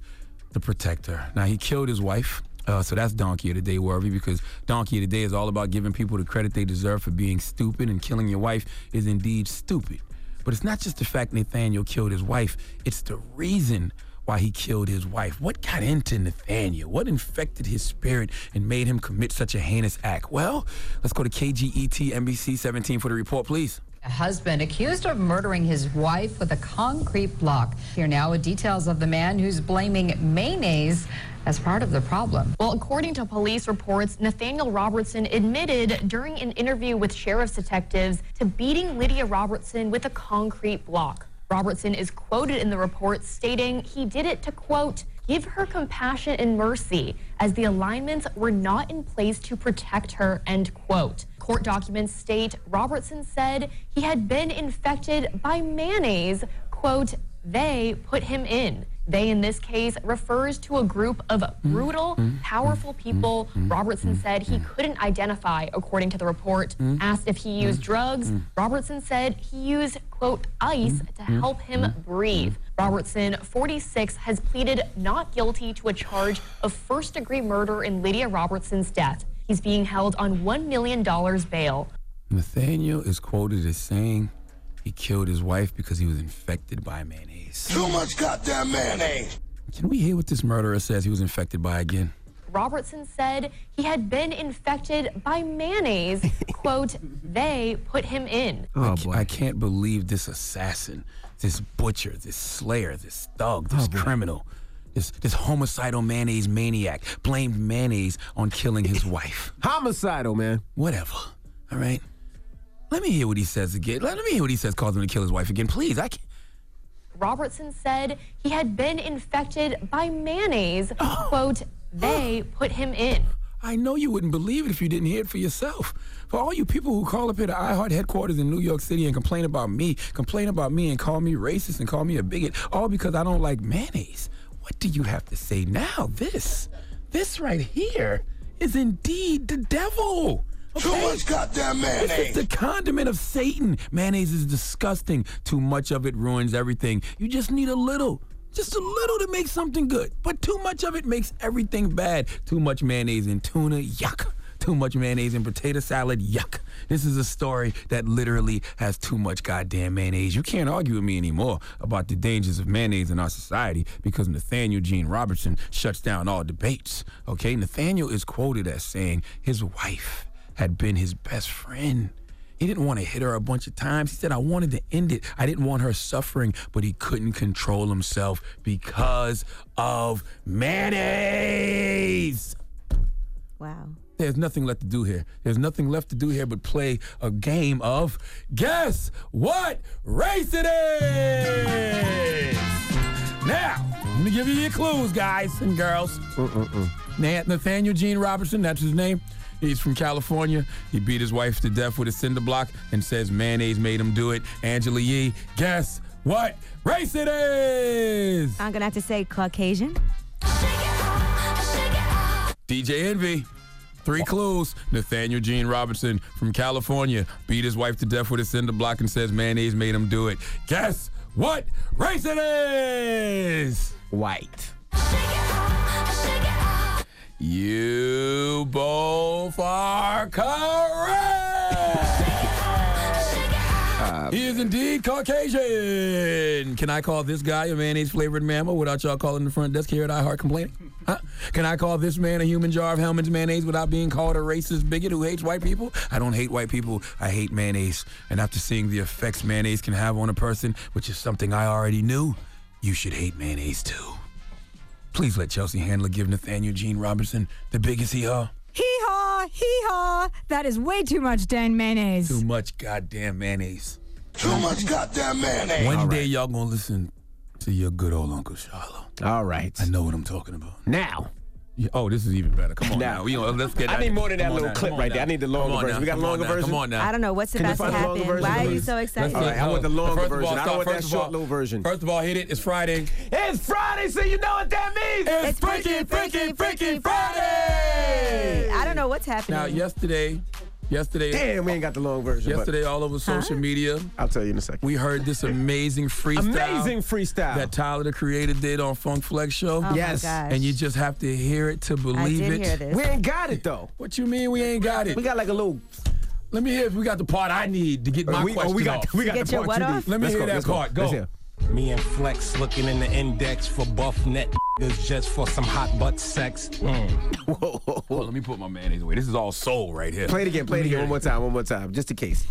to protect her. Now, he killed his wife. Uh, so that's Donkey of the Day worthy because Donkey of the Day is all about giving people the credit they deserve for being stupid, and killing your wife is indeed stupid. But it's not just the fact Nathaniel killed his wife, it's the reason why he killed his wife. What got into Nathaniel? What infected his spirit and made him commit such a heinous act? Well, let's go to E KGET NBC 17 for the report, please. A husband accused of murdering his wife with a concrete block. Here now with details of the man who's blaming mayonnaise as part of the problem. Well, according to police reports, Nathaniel Robertson admitted during an interview with sheriff's detectives to beating Lydia Robertson with a concrete block. Robertson is quoted in the report stating he did it to, quote, give her compassion and mercy as the alignments were not in place to protect her, end quote. Court documents state Robertson said he had been infected by mayonnaise, quote, they put him in. They, in this case, refers to a group of brutal, powerful people Robertson said he couldn't identify, according to the report. Asked if he used drugs, Robertson said he used, quote, ice to help him breathe. Robertson, 46, has pleaded not guilty to a charge of first degree murder in Lydia Robertson's death. He's being held on $1 million bail. Nathaniel is quoted as saying he killed his wife because he was infected by mayonnaise. Too much goddamn mayonnaise. Can we hear what this murderer says he was infected by again? Robertson said he had been infected by mayonnaise. Quote, they put him in. Oh, I, ca- I can't believe this assassin, this butcher, this slayer, this thug, Oh, this criminal, this this homicidal mayonnaise maniac blamed mayonnaise on killing [LAUGHS] his wife. Homicidal, man. Whatever. All right. Let me hear what he says again. Let me hear what he says causing him to kill his wife again, please. I can't. Robertson said he had been infected by mayonnaise. Quote, they put him in. I know you wouldn't believe it if you didn't hear it for yourself. For all you people who call up here to iHeart headquarters in New York City and complain about me, complain about me and call me racist and call me a bigot, all because I don't like mayonnaise. What do you have to say now? This, this right here is indeed the devil. Too much goddamn mayonnaise. This is the condiment of Satan. Mayonnaise is disgusting. Too much of it ruins everything. You just need a little. Just a little to make something good. But too much of it makes everything bad. Too much mayonnaise in tuna, yuck. Too much mayonnaise in potato salad, yuck. This is a story that literally has too much goddamn mayonnaise. You can't argue with me anymore about the dangers of mayonnaise in our society because Nathaniel Gene Robertson shuts down all debates. Okay? Nathaniel is quoted as saying his wife had been his best friend. He didn't want to hit her a bunch of times. He said, I wanted to end it. I didn't want her suffering, but he couldn't control himself because of mayonnaise. Wow. There's nothing left to do here. There's nothing left to do here but play a game of guess what race it is. Now, let me give you your clues, guys and girls. Na- Nathaniel Gene Robertson, that's his name. He's from California. He beat his wife to death with a cinder block and says mayonnaise made him do it. Angela Yee, guess what race it is? I'm gonna have to say Caucasian. DJ Envy. Three clues. Nathaniel Gene Robinson from California beat his wife to death with a cinder block and says mayonnaise made him do it. Guess what race it is? White. You both are correct. He is indeed Caucasian. Can I call this guy a mayonnaise flavored mammal without y'all calling the front desk here at iHeart complaining? Huh? Can I call this man a human jar of Hellman's mayonnaise without being called a racist bigot who hates white people? I don't hate white people. I hate mayonnaise. And after seeing the effects mayonnaise can have on a person, which is something I already knew, you should hate mayonnaise too. Please let Chelsea Handler give Nathaniel Gene Robinson the biggest hee haw. Hee haw, hee haw. That is way too much Dan mayonnaise. Too much goddamn mayonnaise. Too much goddamn mayonnaise. One day y'all gonna listen to your good old Uncle Shiloh. All right. I know what I'm talking about. Now. Yeah, oh, this is even better. Come on now. You know, let's get I out need of- more than come that on little now, clip come on right there. I now. need the Come longer on now, version. We got a come on longer now, version? Come on now. I don't know what's Can you about to find a longer happen. version, Why are you please? so excited? All right, I want the longer First of all, version. I stop. don't want that First of short all- little version. First of all, hit it. It's Friday. It's Friday, so you know what that means. It's freaking, freaking, freaking Friday. I don't know what's happening. Now, yesterday, yesterday. Damn, we ain't got the long version. but- Yesterday, all over social media. I'll tell you in a second. We heard this amazing freestyle. Amazing freestyle. Oh That Tyler the Creator did on Funk Flex Show. my Yes. gosh. And you just have to hear it to believe did it. hear this. We ain't got it though. What you mean we ain't got it? We got like a little. Let me hear if we got the part I need to get my Or we- or question we got- off. we got To get the your part what you need. off? Let me Let's hear go, that let's go. part. Let's Go. hear. Me and Flex looking in the index for buff net is just for some hot butt sex. Mm. Whoa, [LAUGHS] whoa, whoa. Let me put my mayonnaise away. This is all soul right here. Play it again. Play Let me it again. hear One more time. One more time. Just in case.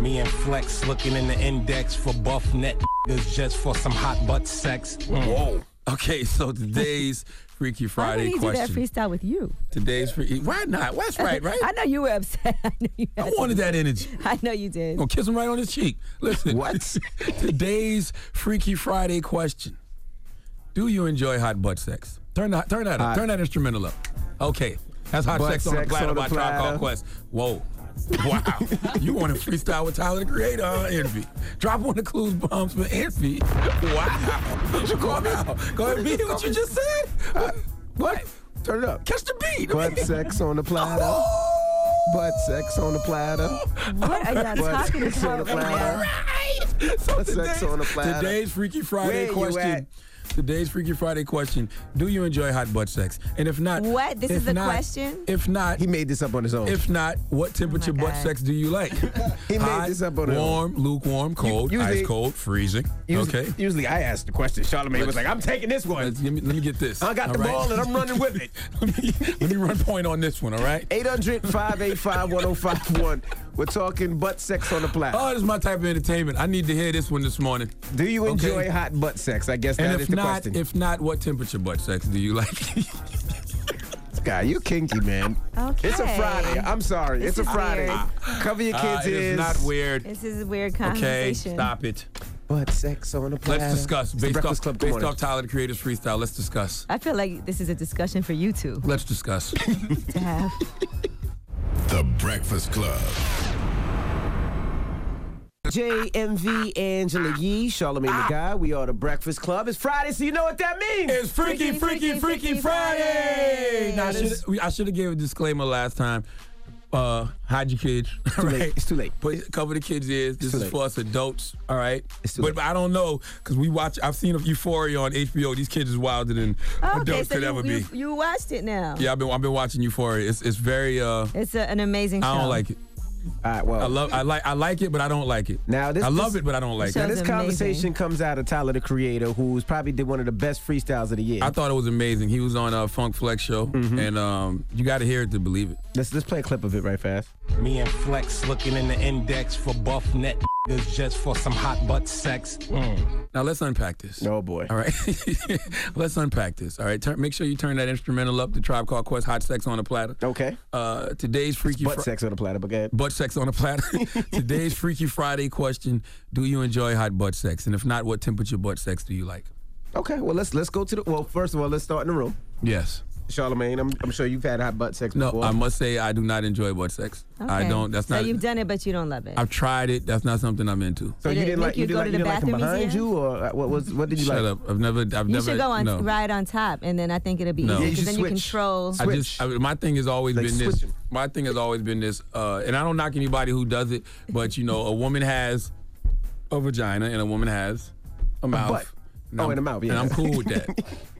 Me and Flex looking in the index for buff net is just for some hot butt sex. Mm. Whoa. Okay, so [LAUGHS] today's Freaky Why Friday would he question. do that freestyle with you? Today's Freaky. Why not? [LAUGHS] Well, [LAUGHS] That's right, right? I know you were upset. [LAUGHS] I, know you I wanted that energy. I know you did. Gonna kiss him right on his cheek. Listen. What? [LAUGHS] Today's Freaky Friday question. Do you enjoy hot butt sex? Turn that turn that up. Turn that instrumental up. Okay. That's hot Butt sex, on the sex platter on the by Tribe platter. Called Quest. Whoa. Wow. [LAUGHS] you want to freestyle with Tyler the Creator, huh, Envy? Drop one of the clues bombs for Envy. Wow. You call me out. Go ahead and be what you just said. What? Uh, Turn it up. Catch the beat. Butt sex on the platter. Butt sex on the platter. What [LAUGHS] are y'all Butt talking sex on the about right platter. now? So Butt sex on the platter. Today's Freaky Where Friday you question. Today's Freaky Friday question: Do you enjoy hot butt sex? And if not, What? This if is a not- question? Oh If not, he made this up on his own. If not, what temperature butt God. sex do you like? [LAUGHS] He made Hot, this up on his own. warm, lukewarm, cold, usually- ice cold, freezing. Usually- okay. Usually I ask the question. Charlamagne was Let's- like, I'm taking this one. Let's- Let me, let me get this. I got the all right? ball [LAUGHS] and I'm running with it. Let me run point on this one, all right? 800 585 1051. We're talking butt sex on the platter. Oh, this is my type of entertainment. I need to hear this one this morning. Do you Okay. enjoy hot butt sex? I guess and that if is the not, question. if not, what temperature butt sex do you like? [LAUGHS] Guy, you kinky, man. Oh. Okay. It's a Friday. I'm sorry. This it's a is Friday. weird. Cover your Uh, kids' it is ears. not weird. This is a weird Okay, conversation. stop it. But sex on a platter. Let's discuss It's the based Breakfast off, Club. Good based morning. off Tyler the Creator's freestyle. Let's discuss. I feel like this is a discussion for you two Let's discuss. [LAUGHS] to have. The Breakfast Club. JMV Angela Yee, Charlemagne the Guy. We are the Breakfast Club. It's Friday, so you know what that means. It's Freaky, freaky, freaky Friday. Now, I should- we- I should have gave a disclaimer last time. Uh, hide your kids. [LAUGHS] It's too late. It's too late. But cover the kids' ears. This too is late. for us adults. All right. It's too but I don't know because we watch. I've seen Euphoria on HBO. These kids is wilder than Oh, okay, adults so could ever you, be. you, you watched it now. yeah, I've been I've been watching Euphoria. It's it's very uh. It's a, an amazing show. I don't like it. All right. Well, I love I like I like it, but I don't like it. Now this I love this- it, but I don't like Now it. this conversation comes out of Tyler the Creator, who's probably did one of the best freestyles of the year. I thought it was amazing. He was on a Funk Flex show, and um, you got to hear it to believe it. Mm-hmm. Let's let's play a clip of it right fast. Me and Flex looking in the index for buff net niggas just for some hot butt sex. Mm. Now let's unpack this. Oh boy. All right, [LAUGHS] let's unpack this. All right, turn, make sure you turn that instrumental up. The Tribe Called Quest, Hot Sex on a Platter. Okay. Uh, today's freaky Butt Fri- sex on a platter, but go ahead. butt sex on [LAUGHS] a platter. today's Freaky Friday question: Do you enjoy hot butt sex? And if not, what temperature butt sex do you like? Okay. Well, let's let's go to the. Well, first of all, let's start in the room. Yes. Charlemagne, I'm, I'm sure you've had hot butt sex No, before. I must say I do not enjoy butt sex. I Okay. don't. That's so not. you've done it, but you don't love it. I've tried it. That's not something I'm into. so you didn't like you, didn't like you didn't like him behind you, or uh, what was what did you Shut like? up! I've never. I've you never. should go on no. ride on top, and then I think it'll be No. easier Yeah, you should because then you switch. control. I just I, my thing has always been this. My thing has always been this, uh, and I don't knock anybody who does it, but you know, a woman has a vagina and a woman has a mouth. butt. Oh, I'm- and a mouth, yeah. And I'm cool [LAUGHS] with that.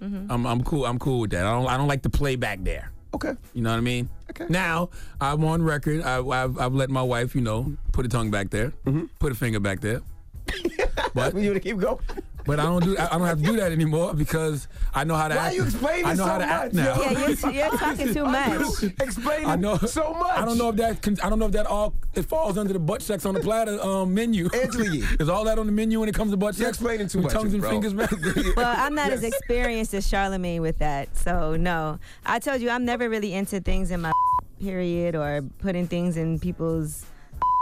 I'm, I'm cool. I'm cool with that. I don't. I don't like the play back there. Okay. You know what I mean? Okay. Now I'm on record. I, I've I've let my wife, you know, put a tongue back there, put a finger [LAUGHS] back there. But Mm-hmm. you want to keep going? But I don't do. I I don't have to do that anymore because I know how to. Why act. you explain I this know so how to act much, now. yo? Yeah, you're, you're [LAUGHS] talking too much. Explain I know so much. I don't know if that. Con- I don't know if that all it falls under the butt sex on the platter um, menu. Angela Yee. [LAUGHS] is all that on the menu when it comes to butt sex? explaining too With much, Tongues and bro. fingers, man. Well, I'm not as experienced as Charlemagne with that, so no. I told you I'm never really into things in my period or putting things in people's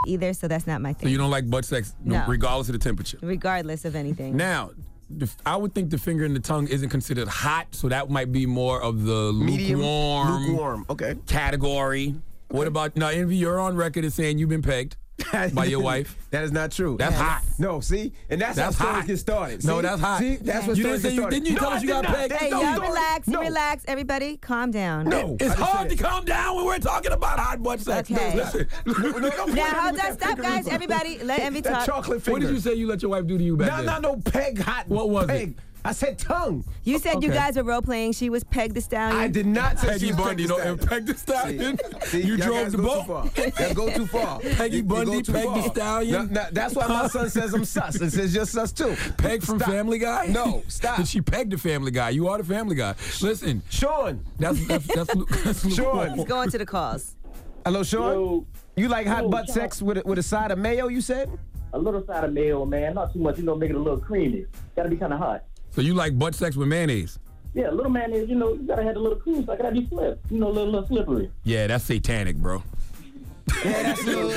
either, so that's not my so thing. you don't like butt sex, No. regardless of the temperature. regardless of anything. Now, the, I would think the finger and the tongue isn't considered hot, so that might be more of the Medium, lukewarm, lukewarm, okay. category. What about now? Envy, you're on record as saying you've been [LAUGHS] pegged by your wife. That is not true. That's hot. No, see, and that's, That's how hot. stories get started. No, See? that's hot. See, that's what You stories didn't say get you- started. didn't you no, tell us I you did got not. pegged? That's Hey, no y'all story. relax, No. relax, everybody, calm down. No. It's I just hard said- to calm down when we're talking about hot butt sex. Okay. Listen, Now hold on, stop, guys, [LAUGHS] everybody, let Envy That talk. chocolate What finger. did you say you let your wife do to you back No, then? no, no, peg hot. What was it? peg. I said tongue. You said you Okay. guys were role playing. She was pegged the stallion. I did not say Peggy she was Bundy, Peg no, the and Stallion. Peg the Stallion. See, you y'all drove guys the go too boat. far. Y'all go too far. [LAUGHS] Peggy You- you go Bundy, too Peg far. the Stallion. No, no, that's why my son says I'm sus. It says you're sus too. Peg from Stop. Family Guy? [LAUGHS] No, stop. Did she peg the Family Guy? You are the Family Guy. Listen, Sean. that's that's that's, Lu- [LAUGHS] that's Sean. lukewarm. He's going to the calls. Hello, Sean. Yo. You like hot Yo, butt Sean. sex with a, with a side of mayo? You said. A little side of mayo, man. Not too much. You know, make it a little creamy. Gotta be kind of hot. So you like butt sex with mayonnaise? Yeah, little man is, you know, you gotta have a little cream. So I gotta be slip. You know, a little, little slippery. Yeah, that's satanic, bro. Yeah, that's a little,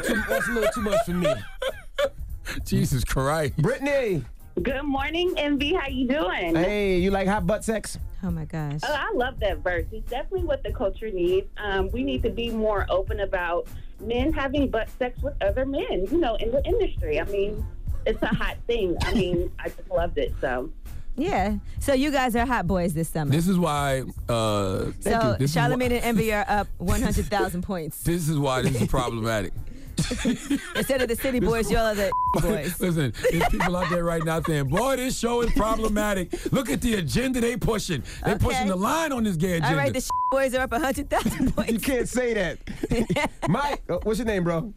too, that's a little too much for [LAUGHS] me. Jesus Christ. Brittany, Good morning, MV. How you doing? hey, you like hot butt sex? Oh my gosh. Oh, I love that verse. It's definitely what the culture needs. Um, we need to be more open about men having butt sex with other men, you know, in the industry. I mean, it's a hot thing. I mean, I just loved it. So, Yeah. So you guys are hot boys this summer. This is why. Uh, thank you. so This is why- Charlemagne and Envy are up [LAUGHS] 100,000 points. This is why this is problematic. Instead of the city boys, y'all [LAUGHS] are the boys. Listen, there's people out there right now saying, boy, this show is problematic. Look at the agenda they pushing. They Okay. pushing the line on this gay agenda. All right, the boys are up 100,000 [LAUGHS] You points. can't say that. [LAUGHS] Mike, uh, what's your name, bro?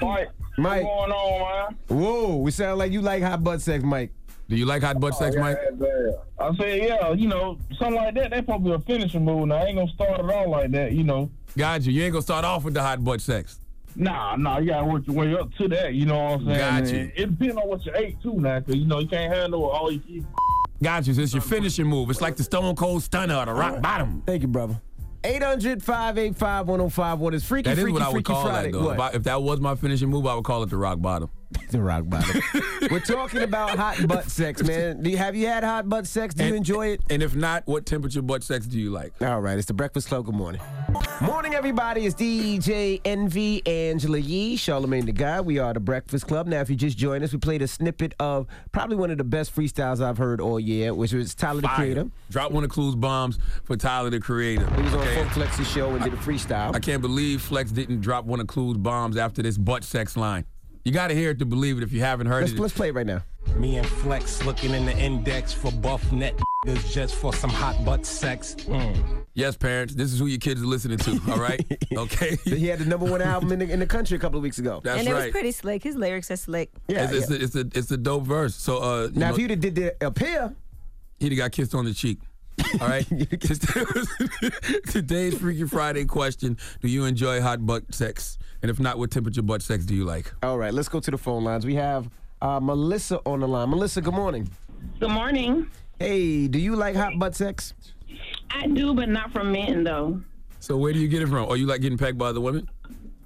Mike, Mike. what's going on, man? Whoa, we sound like you like hot butt sex, Mike. Do you like hot butt sex, Mike? Oh, I said, yeah, you know, something like that. That's probably a finishing move. Now, I ain't gonna start it all like that, you know. Got you. You ain't gonna start off with the hot butt sex. Nah, nah, you gotta work your way up to that. You know what I'm saying? Got you. And It depends on what you ate too, now, cause you know you can't handle all you eat. Got you. So It's your finishing move. It's like the Stone Cold Stunner or the Rock Bottom. Thank you, brother. 800 585 1051 is Freaky That is Freaky what I Freaky would call Friday. that, though. What? If, I- if that was my finishing move, I would call it the Rock Bottom. [LAUGHS] the rock bottom. [LAUGHS] We're talking about hot butt sex, man. Do you, have you had hot butt sex? Do you enjoy it? And if not, what temperature butt sex do you like? All right, it's the Breakfast Club. Good morning. Morning, everybody. It's DJ NV, Angela Yee, Charlemagne the Guy. We are the Breakfast Club. Now, if you just joined us, we played a snippet of probably one of the best freestyles I've heard all year, which was Tyler the Fire. Creator. Drop one of Clues bombs for Tyler the Creator. He was on Funk Flex's show and did a freestyle. I can't believe Flex didn't drop one of Clues bombs after this butt sex line. You got to hear it to believe it if you haven't heard Let's- it. let's play it right now. Me and Flex looking in the index for buff net niggas just for some hot butt sex. Mm. Yes, parents, this is who your kids are listening to, [LAUGHS] all right? okay. He had the number one album in the, in the country a couple of weeks ago. That's and it right. was pretty slick. His lyrics are slick. it's, it's, A, it's, a, it's a dope verse. So uh, Now, if you'd have did that up here, he'd have got kissed on the cheek. [LAUGHS] All right. [LAUGHS] Today's Freaky Friday question: Do you enjoy hot butt sex? And if not, what temperature butt sex do you like? All right, let's go to the phone lines. We have uh, Melissa on the line. Melissa, good morning. Good morning. Hey, do you like hot butt sex? I do, but not from men, though. So where do you get it from? Or you like getting pegged by other women?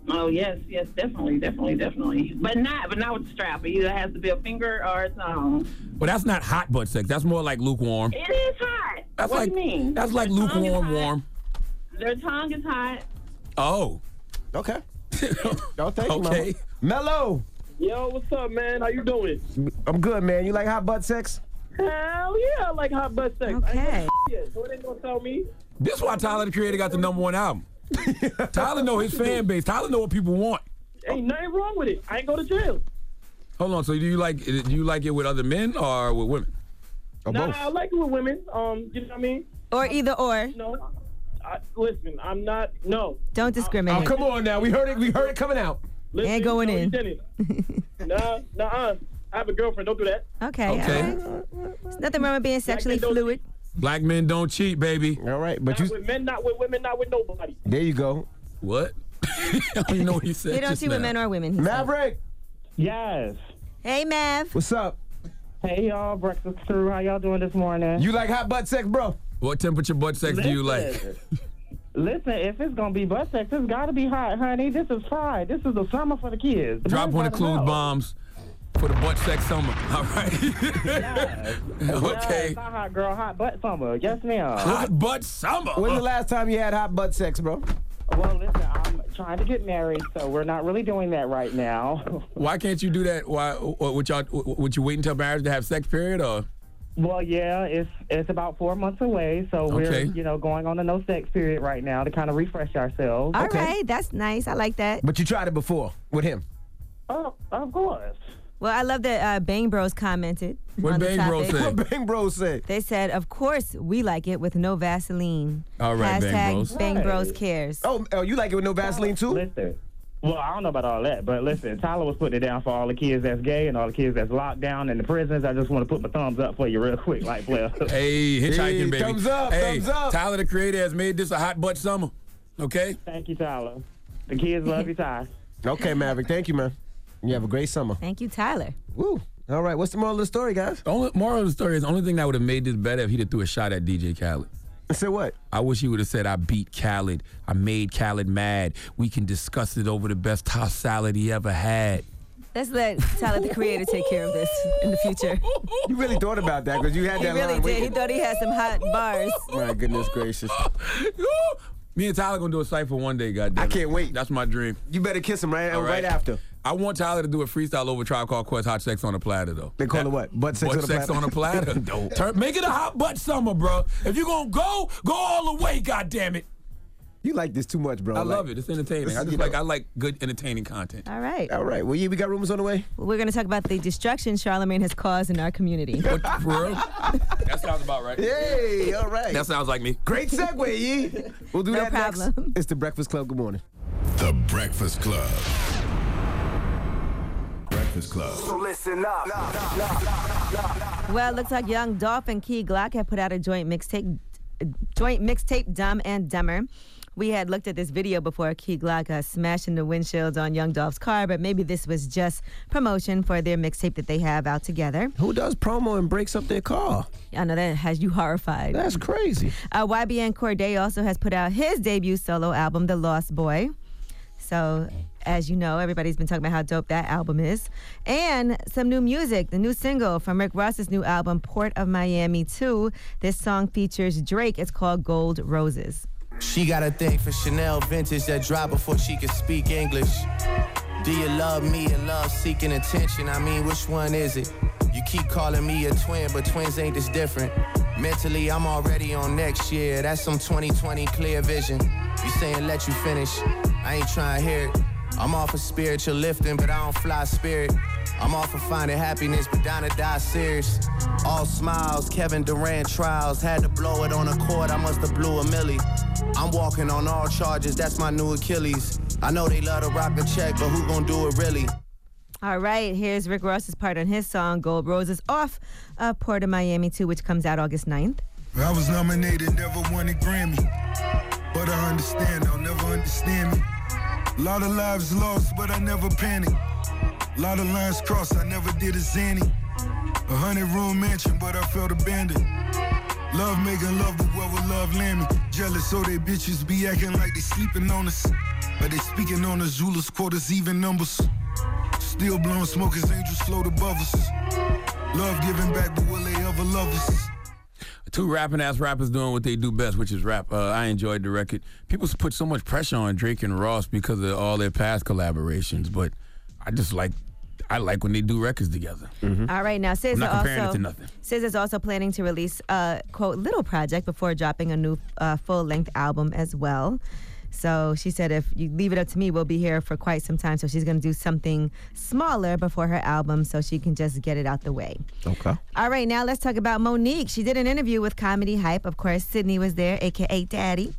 Oh yes, yes, definitely, definitely, definitely. But not, but not with the strap. It either has to be a finger or a thumb. Well, that's not hot butt sex. That's more like lukewarm. It is hot. That's what like do you mean? that's like Their tongue is lukewarm hot. warm. Their tongue is hot. Oh. [LAUGHS] Okay. Don't thank Okay. you, Mama. Mello. Yo, what's up, man? How you doing? I'm good, man. You like hot butt sex? Hell yeah, I like hot butt sex. Okay. So it ain't gonna tell me. This is why Tyler the Creator got the number [LAUGHS] one album. Tyler know his fan base. Tyler know what people want. Ain't nothing wrong with it. I ain't go to jail. Hold on. So do you like do you like it with other men or with women? Oh, Or nah, both? I like it with women. Um, you know what I mean? Or either or. No. I, listen, I'm not. No. Don't discriminate. Oh, come on now. We heard it- we heard it coming out. Listen, and going no, you in. [LAUGHS] didn't. nah, nah. uh. I have a girlfriend. Don't do that. Okay. Okay. All right. There's nothing wrong with being sexually fluid. Black men don't cheat, baby. All right, but Not with men, not with women, not with nobody. There you go. What? [LAUGHS] I don't even know what you said. You don't just see with now. men or women. he said. Maverick. Yes. Hey, Mav. What's up? Hey y'all, breakfast crew. How y'all doing this morning? You like hot butt sex, bro? What temperature butt sex do you like? Listen, if it's gonna be butt sex, it's gotta be hot, honey. This is fried. This is the summer for the kids. The Drop boys one of gotta Clues know. bombs for the butt sex summer. [LAUGHS] All right. Yeah, okay. it's not hot girl, hot butt summer. Yes, ma'am. Hot butt summer. When's the last time you had hot butt sex, bro? Well, listen, I'm trying to get married, so we're not really doing that right now. Why can't you do that? Why? Or would y'all? Would you wait until marriage to have sex? Period. Or well, yeah, it's it's about four months away, so we're Okay. you know going on a no sex period right now to kind of refresh ourselves. All right, that's nice. I like that. But you tried it before with him. Oh, of course. Well, I love that uh, Bang Bros commented. What on the Bang Bros topic. say? What Bang Bros say? They said, "Of course, we like it with no Vaseline." All right, Hashtag Bang Bros. Bang Right. Bros cares. Oh, oh, you like it with no Vaseline too? Listen. Well, I don't know about all that, but listen, Tyler was putting it down for all the kids that's gay and all the kids that's locked down in the prisons. I just want to put my thumbs up for you real quick, like player. hey, hitchhiking, baby. Hey, up. Tyler the Creator has made this a hot butt summer. Okay. Thank you, Tyler. The kids love you, Ty. Okay, Maverick. Thank you, man. You have a great summer. Thank you, Tyler. Woo. All right. What's the moral of the story, guys? The only moral of the story is the only thing that would have made this better if he'd have threw a shot at DJ Khaled. Say what? I wish he would have said, I beat Khaled. I made Khaled mad. We can discuss it over the best toss salad he ever had. Let's let Tyler the Creator take care of this in the [LAUGHS] future. You really thought about that because you had he that really line. did. He waiting. thought he had some hot bars. My goodness gracious. [LAUGHS] Me and Tyler gonna do a cipher one day, goddamn. I can't wait. That's my dream. You better kiss him right, All right after. I want Tyler to do a freestyle over Tribe Called Quest Hot Sex on a Platter, though. They call it what? Butt sex on a sex platter? on a platter. [LAUGHS] Turn, make it a hot butt summer, bro. If you're gonna go, go all the way, goddammit. You like this too much, bro. I Like- love it. It's entertaining. I just like I like good entertaining [LAUGHS] content. All right. All right. Well, yeah, we got rumors on the way. We're gonna talk about the destruction Charlemagne has caused in our [LAUGHS] community. For real? that sounds about right. Yay, all right. That sounds like me. Great segue, Yee. [LAUGHS] We'll do that next. It's the Breakfast Club. Good morning. The Breakfast Club. Breakfast Club. So listen up. Well, it looks like Young Dolph and Key Glock have put out a joint mixtape, joint mixtape, Dumb and Dumber. We had looked at this video before Key Glock uh, smashing the windshields on Young Dolph's car, but maybe this was just promotion for their mixtape that they have out together. Who does promo and breaks up their car? I know that has you horrified. That's crazy. Uh, YBN Corday also has put out his debut solo album, The Lost Boy. So, as you know, everybody's been talking about how dope that album is. And some new music, the new single from Rick Ross's new album, Port of Miami 2. This song features Drake. It's called Gold Roses. She got a thing for Chanel vintage that dropped before she could speak English. Do you love me and love seeking attention? I mean, which one is it? You keep calling me a twin, but twins ain't this different. Mentally, I'm already on next year. That's some 2020 clear vision. You saying let you finish. I ain't trying to hear it. I'm off of spiritual lifting, but I don't fly spirit. I'm off of finding happiness, but down to die serious. All smiles, Kevin Durant trials. Had to blow it on a court, I must have blew a milli. I'm walking on all charges, that's my new Achilles. I know they love to rock a check, but who gon' do it really? All right, here's Rick Ross's part on his song Gold Roses off of Port of Miami 2, which comes out August 9th. I was nominated, never won a Grammy. But I understand, they'll never understand me. Lot of lives lost, but I never panicked. Lot of lines crossed, I never did a zany. A hundred room mansion, but I felt abandoned. Love making love, but what would love land me? Jealous, so they bitches be acting like they sleeping on us. But they speaking on us, rulers, quarters, even numbers. Still blowing smoke as angels float above us. Love giving back, but will they ever love us? Two rapping ass rappers doing what they do best, which is rap. Uh, I enjoyed the record. People put so much pressure on Drake and Ross because of all their past collaborations, but I just like I like when they do records together. All right, now Mm-hmm. SZA I'm not comparing also it to nothing. SZA is also planning to release a quote little project before dropping a new uh, full length album as well. So she said, if you leave it up to me, we'll be here for quite some time. So she's going to do something smaller before her album, so she can just get it out the way. Okay. All right, now let's talk about Monique. She did an interview with Comedy Hype. Of course, Sydney was there, aka Daddy.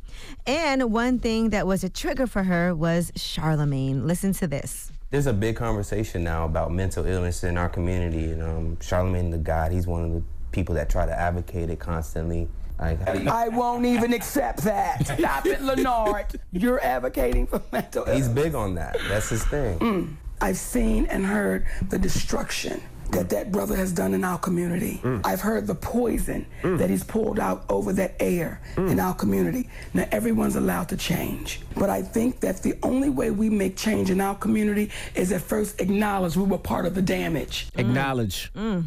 And one thing that was a trigger for her was Charlemagne. Listen to this. There's a big conversation now about mental illness in our community, and um, Charlemagne the God, he's one of the people that try to advocate it constantly. Like, how do you- [LAUGHS] I won't even accept that. Stop it, Lenard. You're advocating for mental illness. he's big on that. That's his thing. Mm. I've seen and heard the destruction that that brother has done in our community. Mm. I've heard the poison that he's poured out over that air in our community. Now, everyone's allowed to change. But I think that the only way we make change in our community is at first acknowledge we were part of the damage. Acknowledge. Mm.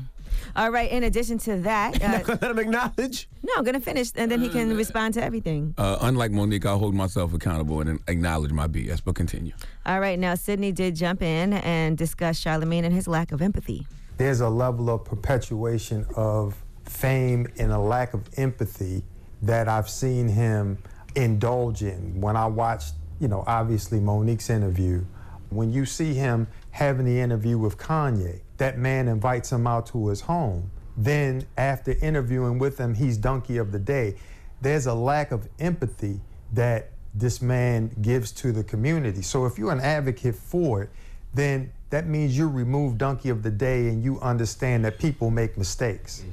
All right, in addition to [LAUGHS] that, uh, Let him acknowledge. no, I'm going to finish and then he can respond to everything. Uh, unlike Monique, I hold myself accountable and acknowledge my BS, but continue. All right, now Sydney did jump in and discuss Charlemagne and his lack of empathy. there's a level of perpetuation of fame and a lack of empathy that I've seen him indulge in. When I watched, you know, obviously Monique's interview, when you see him having the interview with Kanye, that man invites him out to his home. Then after interviewing with him, he's donkey of the day. There's a lack of empathy that this man gives to the community. So if you're an advocate for it, then that means you remove donkey of the day and you understand that people make mistakes.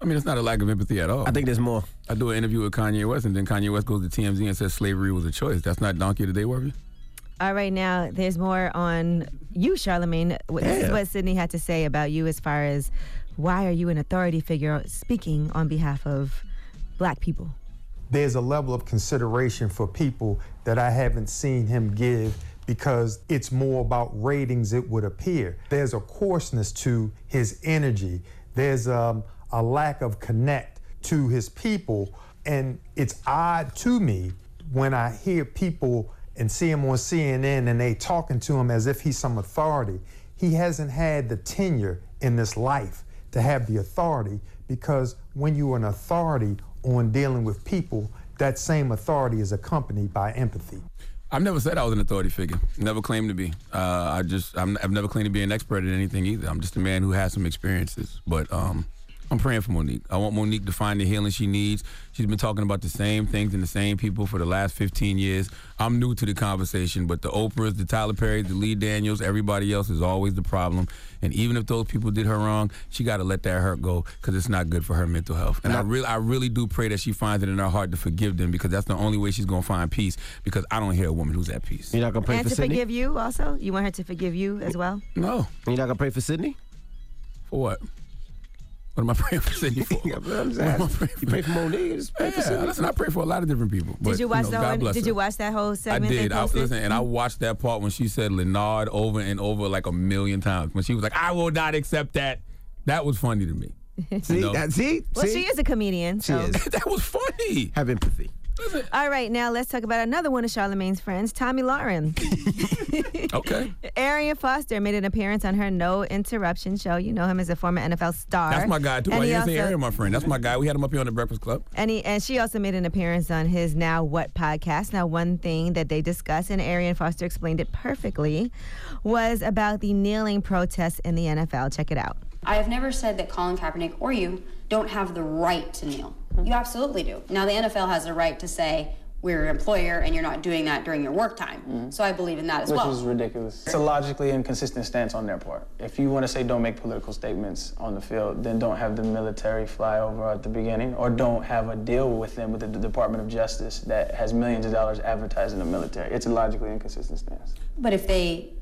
I mean, it's not a lack of empathy at all. I think there's more. I do an interview with Kanye West, and then Kanye West goes to TMZ and says slavery was a choice. That's not donkey today, Worthy. All right, now there's more on you, Charlemagne. Wh- This is Yeah. what Sydney had to say about you as far as why are you an authority figure speaking on behalf of black people? There's a level of consideration for people that I haven't seen him give because it's more about ratings, it would appear. There's a coarseness to his energy, there's um, a lack of connect to his people. And it's odd to me when I hear people and see him on CNN and they talking to him as if he's some authority. He hasn't had the tenure in this life to have the authority because when you're an authority on dealing with people, that same authority is accompanied by empathy. I've never said I was an authority figure. Never claimed to be. Uh, I just I'm, I've never claimed to be an expert at anything either. I'm just a man who has some experiences. But um, I'm praying for Monique. I want Monique to find the healing she needs. She's been talking about the same things and the same people for the last 15 years. I'm new to the conversation, but the Oprahs, the Tyler Perry, the Lee Daniels, everybody else is always the problem. And even if those people did her wrong, she got to let that hurt go because it's not good for her mental health. And I really, I really do pray that she finds it in her heart to forgive them because that's the only way she's gonna find peace. Because I don't hear a woman who's at peace. You're not gonna and to forgive you also? You want her to forgive you as well? No. You're not gonna pray for Sydney? For what? What am I [LAUGHS] praying for Sydney [LAUGHS] for? What am I praying You pray for Monique. yeah, listen, I pray for a lot of different people. but, did you watch know, the God whole, bless Did her. you watch that whole I segment? they did. I, posted? listen, and I watched that part when she said Leonard over and over like a million times. When she was like, "I will not accept that." That was funny [LAUGHS] to me. See, that's it. Well, she is a comedian. She so. is. that was funny. Have empathy. [LAUGHS] All right, now let's talk about another one of Charlamagne's friends, Tommy Lauren. [LAUGHS] Okay. Arian Foster made an appearance on her No Interruption show. You know him as a former NFL star. That's my guy too. And I he didn't say also- Aaron, my friend. That's my guy. We had him up here on the Breakfast Club. And, he, and she also made an appearance on his Now What podcast. Now, one thing that they discussed, and Arian Foster explained it perfectly, was about the kneeling protests in the NFL. Check it out. I have never said that Colin Kaepernick or you don't have the right to kneel. You absolutely do. Now, the NFL has the right to say, we're your employer and you're not doing that during your work time. So I believe in that as Mm-hmm. Which well. is ridiculous. It's a logically inconsistent stance on their part. If you want to say don't make political statements on the field, then don't have the military fly over at the beginning, or don't have a deal with them with the D- Department of Justice that has millions of dollars advertising the military. It's a logically inconsistent stance. But if they,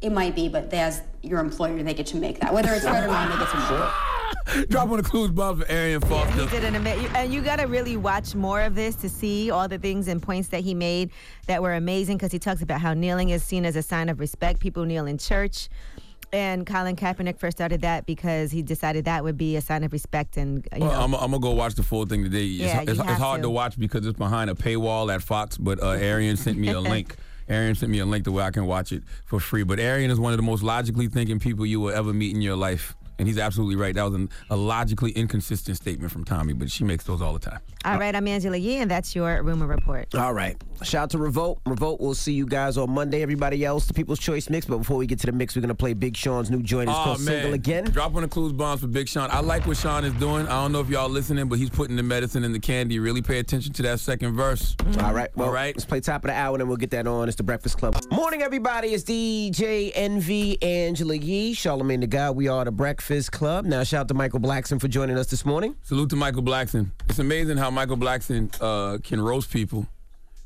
it might be, but they, as your employer, they get to make that. [LAUGHS] Whether it's right or wrong, they get to make it. [LAUGHS] Drop on the clues, Bob, for Arian Foster. He did an ama- you- and you got to really watch more of this to see all the things and points that he made that were amazing because he talks about how kneeling is seen as a sign of respect. People kneel in church. And Colin Kaepernick first started that because he decided that would be a sign of respect. And, uh, you Well, um, know, I'm, I'm gonna go watch the full thing today. It's- Yeah, you it's, it's have hard to. to watch because it's behind a paywall at Fox. But uh, Arian sent me [LAUGHS] a link. Arian sent me a link to where I can watch it for free. But Arian is one of the most logically thinking people you will ever meet in your life, and he's absolutely right. That was an, a logically inconsistent statement from Tommy, but she makes those all the time. all right, I'm Angela Yee, and that's your rumor report. Uh, All right. Shout out to Revolt. Revolt, we'll see you guys on Monday. Everybody else, the People's Choice Mix. But before we get to the mix, we're going to play Big Sean's new joint. It's Aw, called Single Again. Drop on the clues bombs for Big Sean. I like what Sean is doing. I don't know if y'all listening, but he's putting the medicine in the candy. Really pay attention to that second verse. All right. Well, all right. Let's play top of the hour and then we'll get that on. It's the Breakfast Club. Morning, everybody. It's DJ NV Angela Yee, Charlemagne the Guy. We are the Breakfast Club. Now, shout out to Michael Blackson for joining us this morning. Salute to Michael Blackson. It's amazing how Michael Blackson uh, can roast people,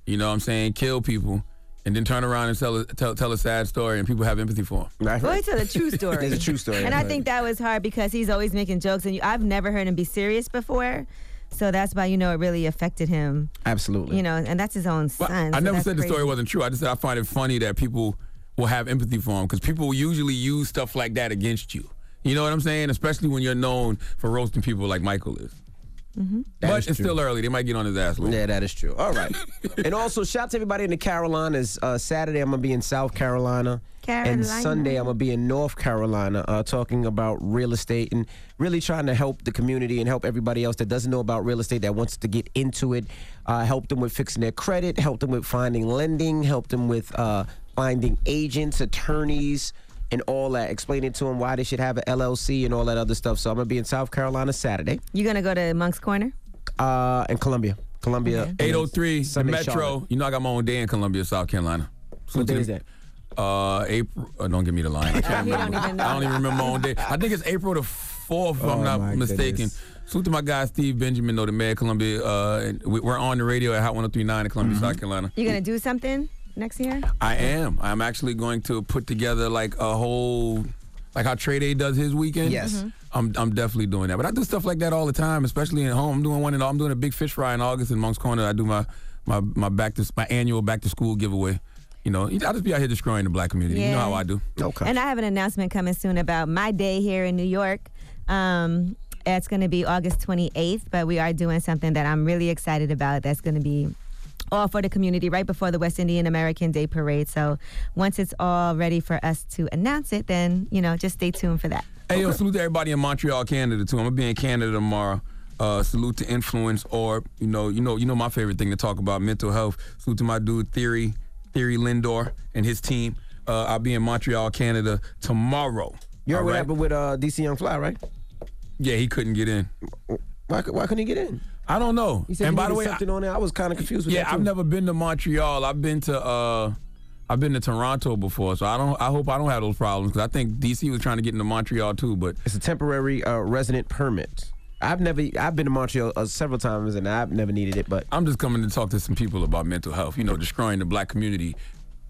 you know what I'm saying, kill people, and then turn around and tell a, tell, tell a sad story and people have empathy for him. Well, he told [LAUGHS] a true story. It's a true story. And I think that was hard because he's always making jokes, and you, I've never heard him be serious before. So that's why, you know, it really affected him. Absolutely. You know, and that's his own son. I so never that's said the crazy. story wasn't true. I just said I find it funny that people will have empathy for him because people usually use stuff like that against you. You know what I'm saying? Especially when you're known for roasting people like Michael is. but it's still early. They might get on his ass later. Yeah, that is true. All right. and also, shout out to everybody in the Carolinas. Uh, Saturday, I'm going to be in South Carolina. Carolina. And Sunday, I'm going to be in North Carolina uh, talking about real estate and really trying to help the community and help everybody else that doesn't know about real estate that wants to get into it. Uh, help them with fixing their credit, help them with finding lending, help them with uh, finding agents, attorneys. And all that, explaining to them why they should have an LLC and all that other stuff. So I'm gonna be in South Carolina Saturday, You gonna go to Monk's Corner? uh, in Columbia, Columbia. 803 the Sunday, Metro. Charlotte. You know I got my own day in Columbia, South Carolina. What day to is the- Uh, April. Oh, don't give me the line. I can't [LAUGHS] He don't remember. even know. I don't even remember my own day. I think it's April the fourth, if Oh, I'm my not mistaken. goodness. Salute to my guy Steve Benjamin, though the mayor of Columbia. Uh, and we- we're on the radio at Hot 103.9 in Columbia, Mm-hmm. South Carolina. You gonna do something next year? I am. I'm actually going to put together like a whole, like how Trey Day does his weekend. Yes. Mhm. I'm, I'm definitely doing that. But I do stuff like that all the time, especially at home. I'm doing one in I'm doing a big fish fry in August in Monk's Corner. I do my my my back to my annual back to school giveaway. You know, I just be out here destroying the black community. You know Yeah. how I do. Okay. And I have an announcement coming soon about my day here in New York. Um, it's going to be August 28th, but we are doing something that I'm really excited about. That's going to be all for the community right before the West Indian American Day Parade. So once it's all ready for us to announce it, then, you know, just stay tuned for that. Hey, yo, salute to everybody in Montreal, Canada too. I'm gonna be in Canada tomorrow. Uh, salute to influence, or you know, you know, you know, my favorite thing to talk about mental health. Salute to my dude Theory, Theory Lindor, and his team. Uh, I'll be in Montreal, Canada tomorrow. You heard All what right? happened with uh, DC Young Fly, right? Yeah, he couldn't get in. Why, cou- why couldn't he get in? I don't know. He said and he by the needed way, I, something on there. I was kind of confused with yeah, that. I've too. never been to Montreal. I've been to uh, I've been to Toronto before, so I don't. I hope I don't have those problems because I think DC was trying to get into Montreal too, but It's a temporary uh, resident permit. I've never. I've been to Montreal uh, several times, and I've never needed it. But I'm just coming to talk to some people about mental health. You know, destroying the black community,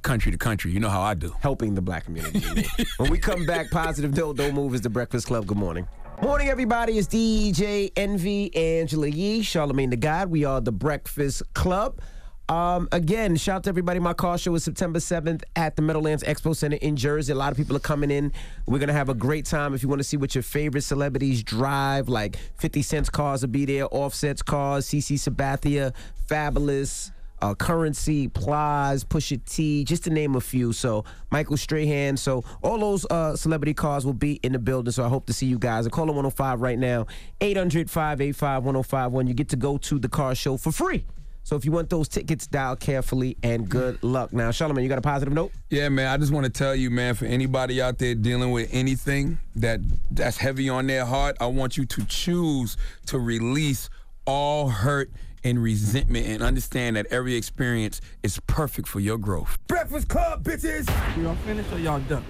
country to country. You know how I do. [LAUGHS] Helping the black community. when we come back, positive don't don't move is the Breakfast Club. Good morning. Morning, everybody. It's DJ NV Angela Yee, Charlemagne the God. We are the Breakfast Club. Um, again, shout out to everybody. My car show is September 7th at the Meadowlands Expo Center in Jersey. A lot of people are coming in. We're going to have a great time. If you want to see what your favorite celebrities drive, like 50 Cent's cars will be there, Offset's cars, CC Sabathia, Fabulous, uh, Currency, Plies, Pusha T, just to name a few. So Michael Strahan. So all those uh, celebrity cars will be in the building. So I hope to see you guys. I call 105 right now, 800-585-1051. You get to go to the car show for free. So if you want those tickets, dial carefully and good luck. Now, Charlamagne, you got a positive note? Yeah, man. I just want to tell you, man, for anybody out there dealing with anything that that's heavy on their heart, I want you to choose to release all hurt and resentment and understand that every experience is perfect for your growth. Breakfast Club, bitches! Y'all finished or y'all done?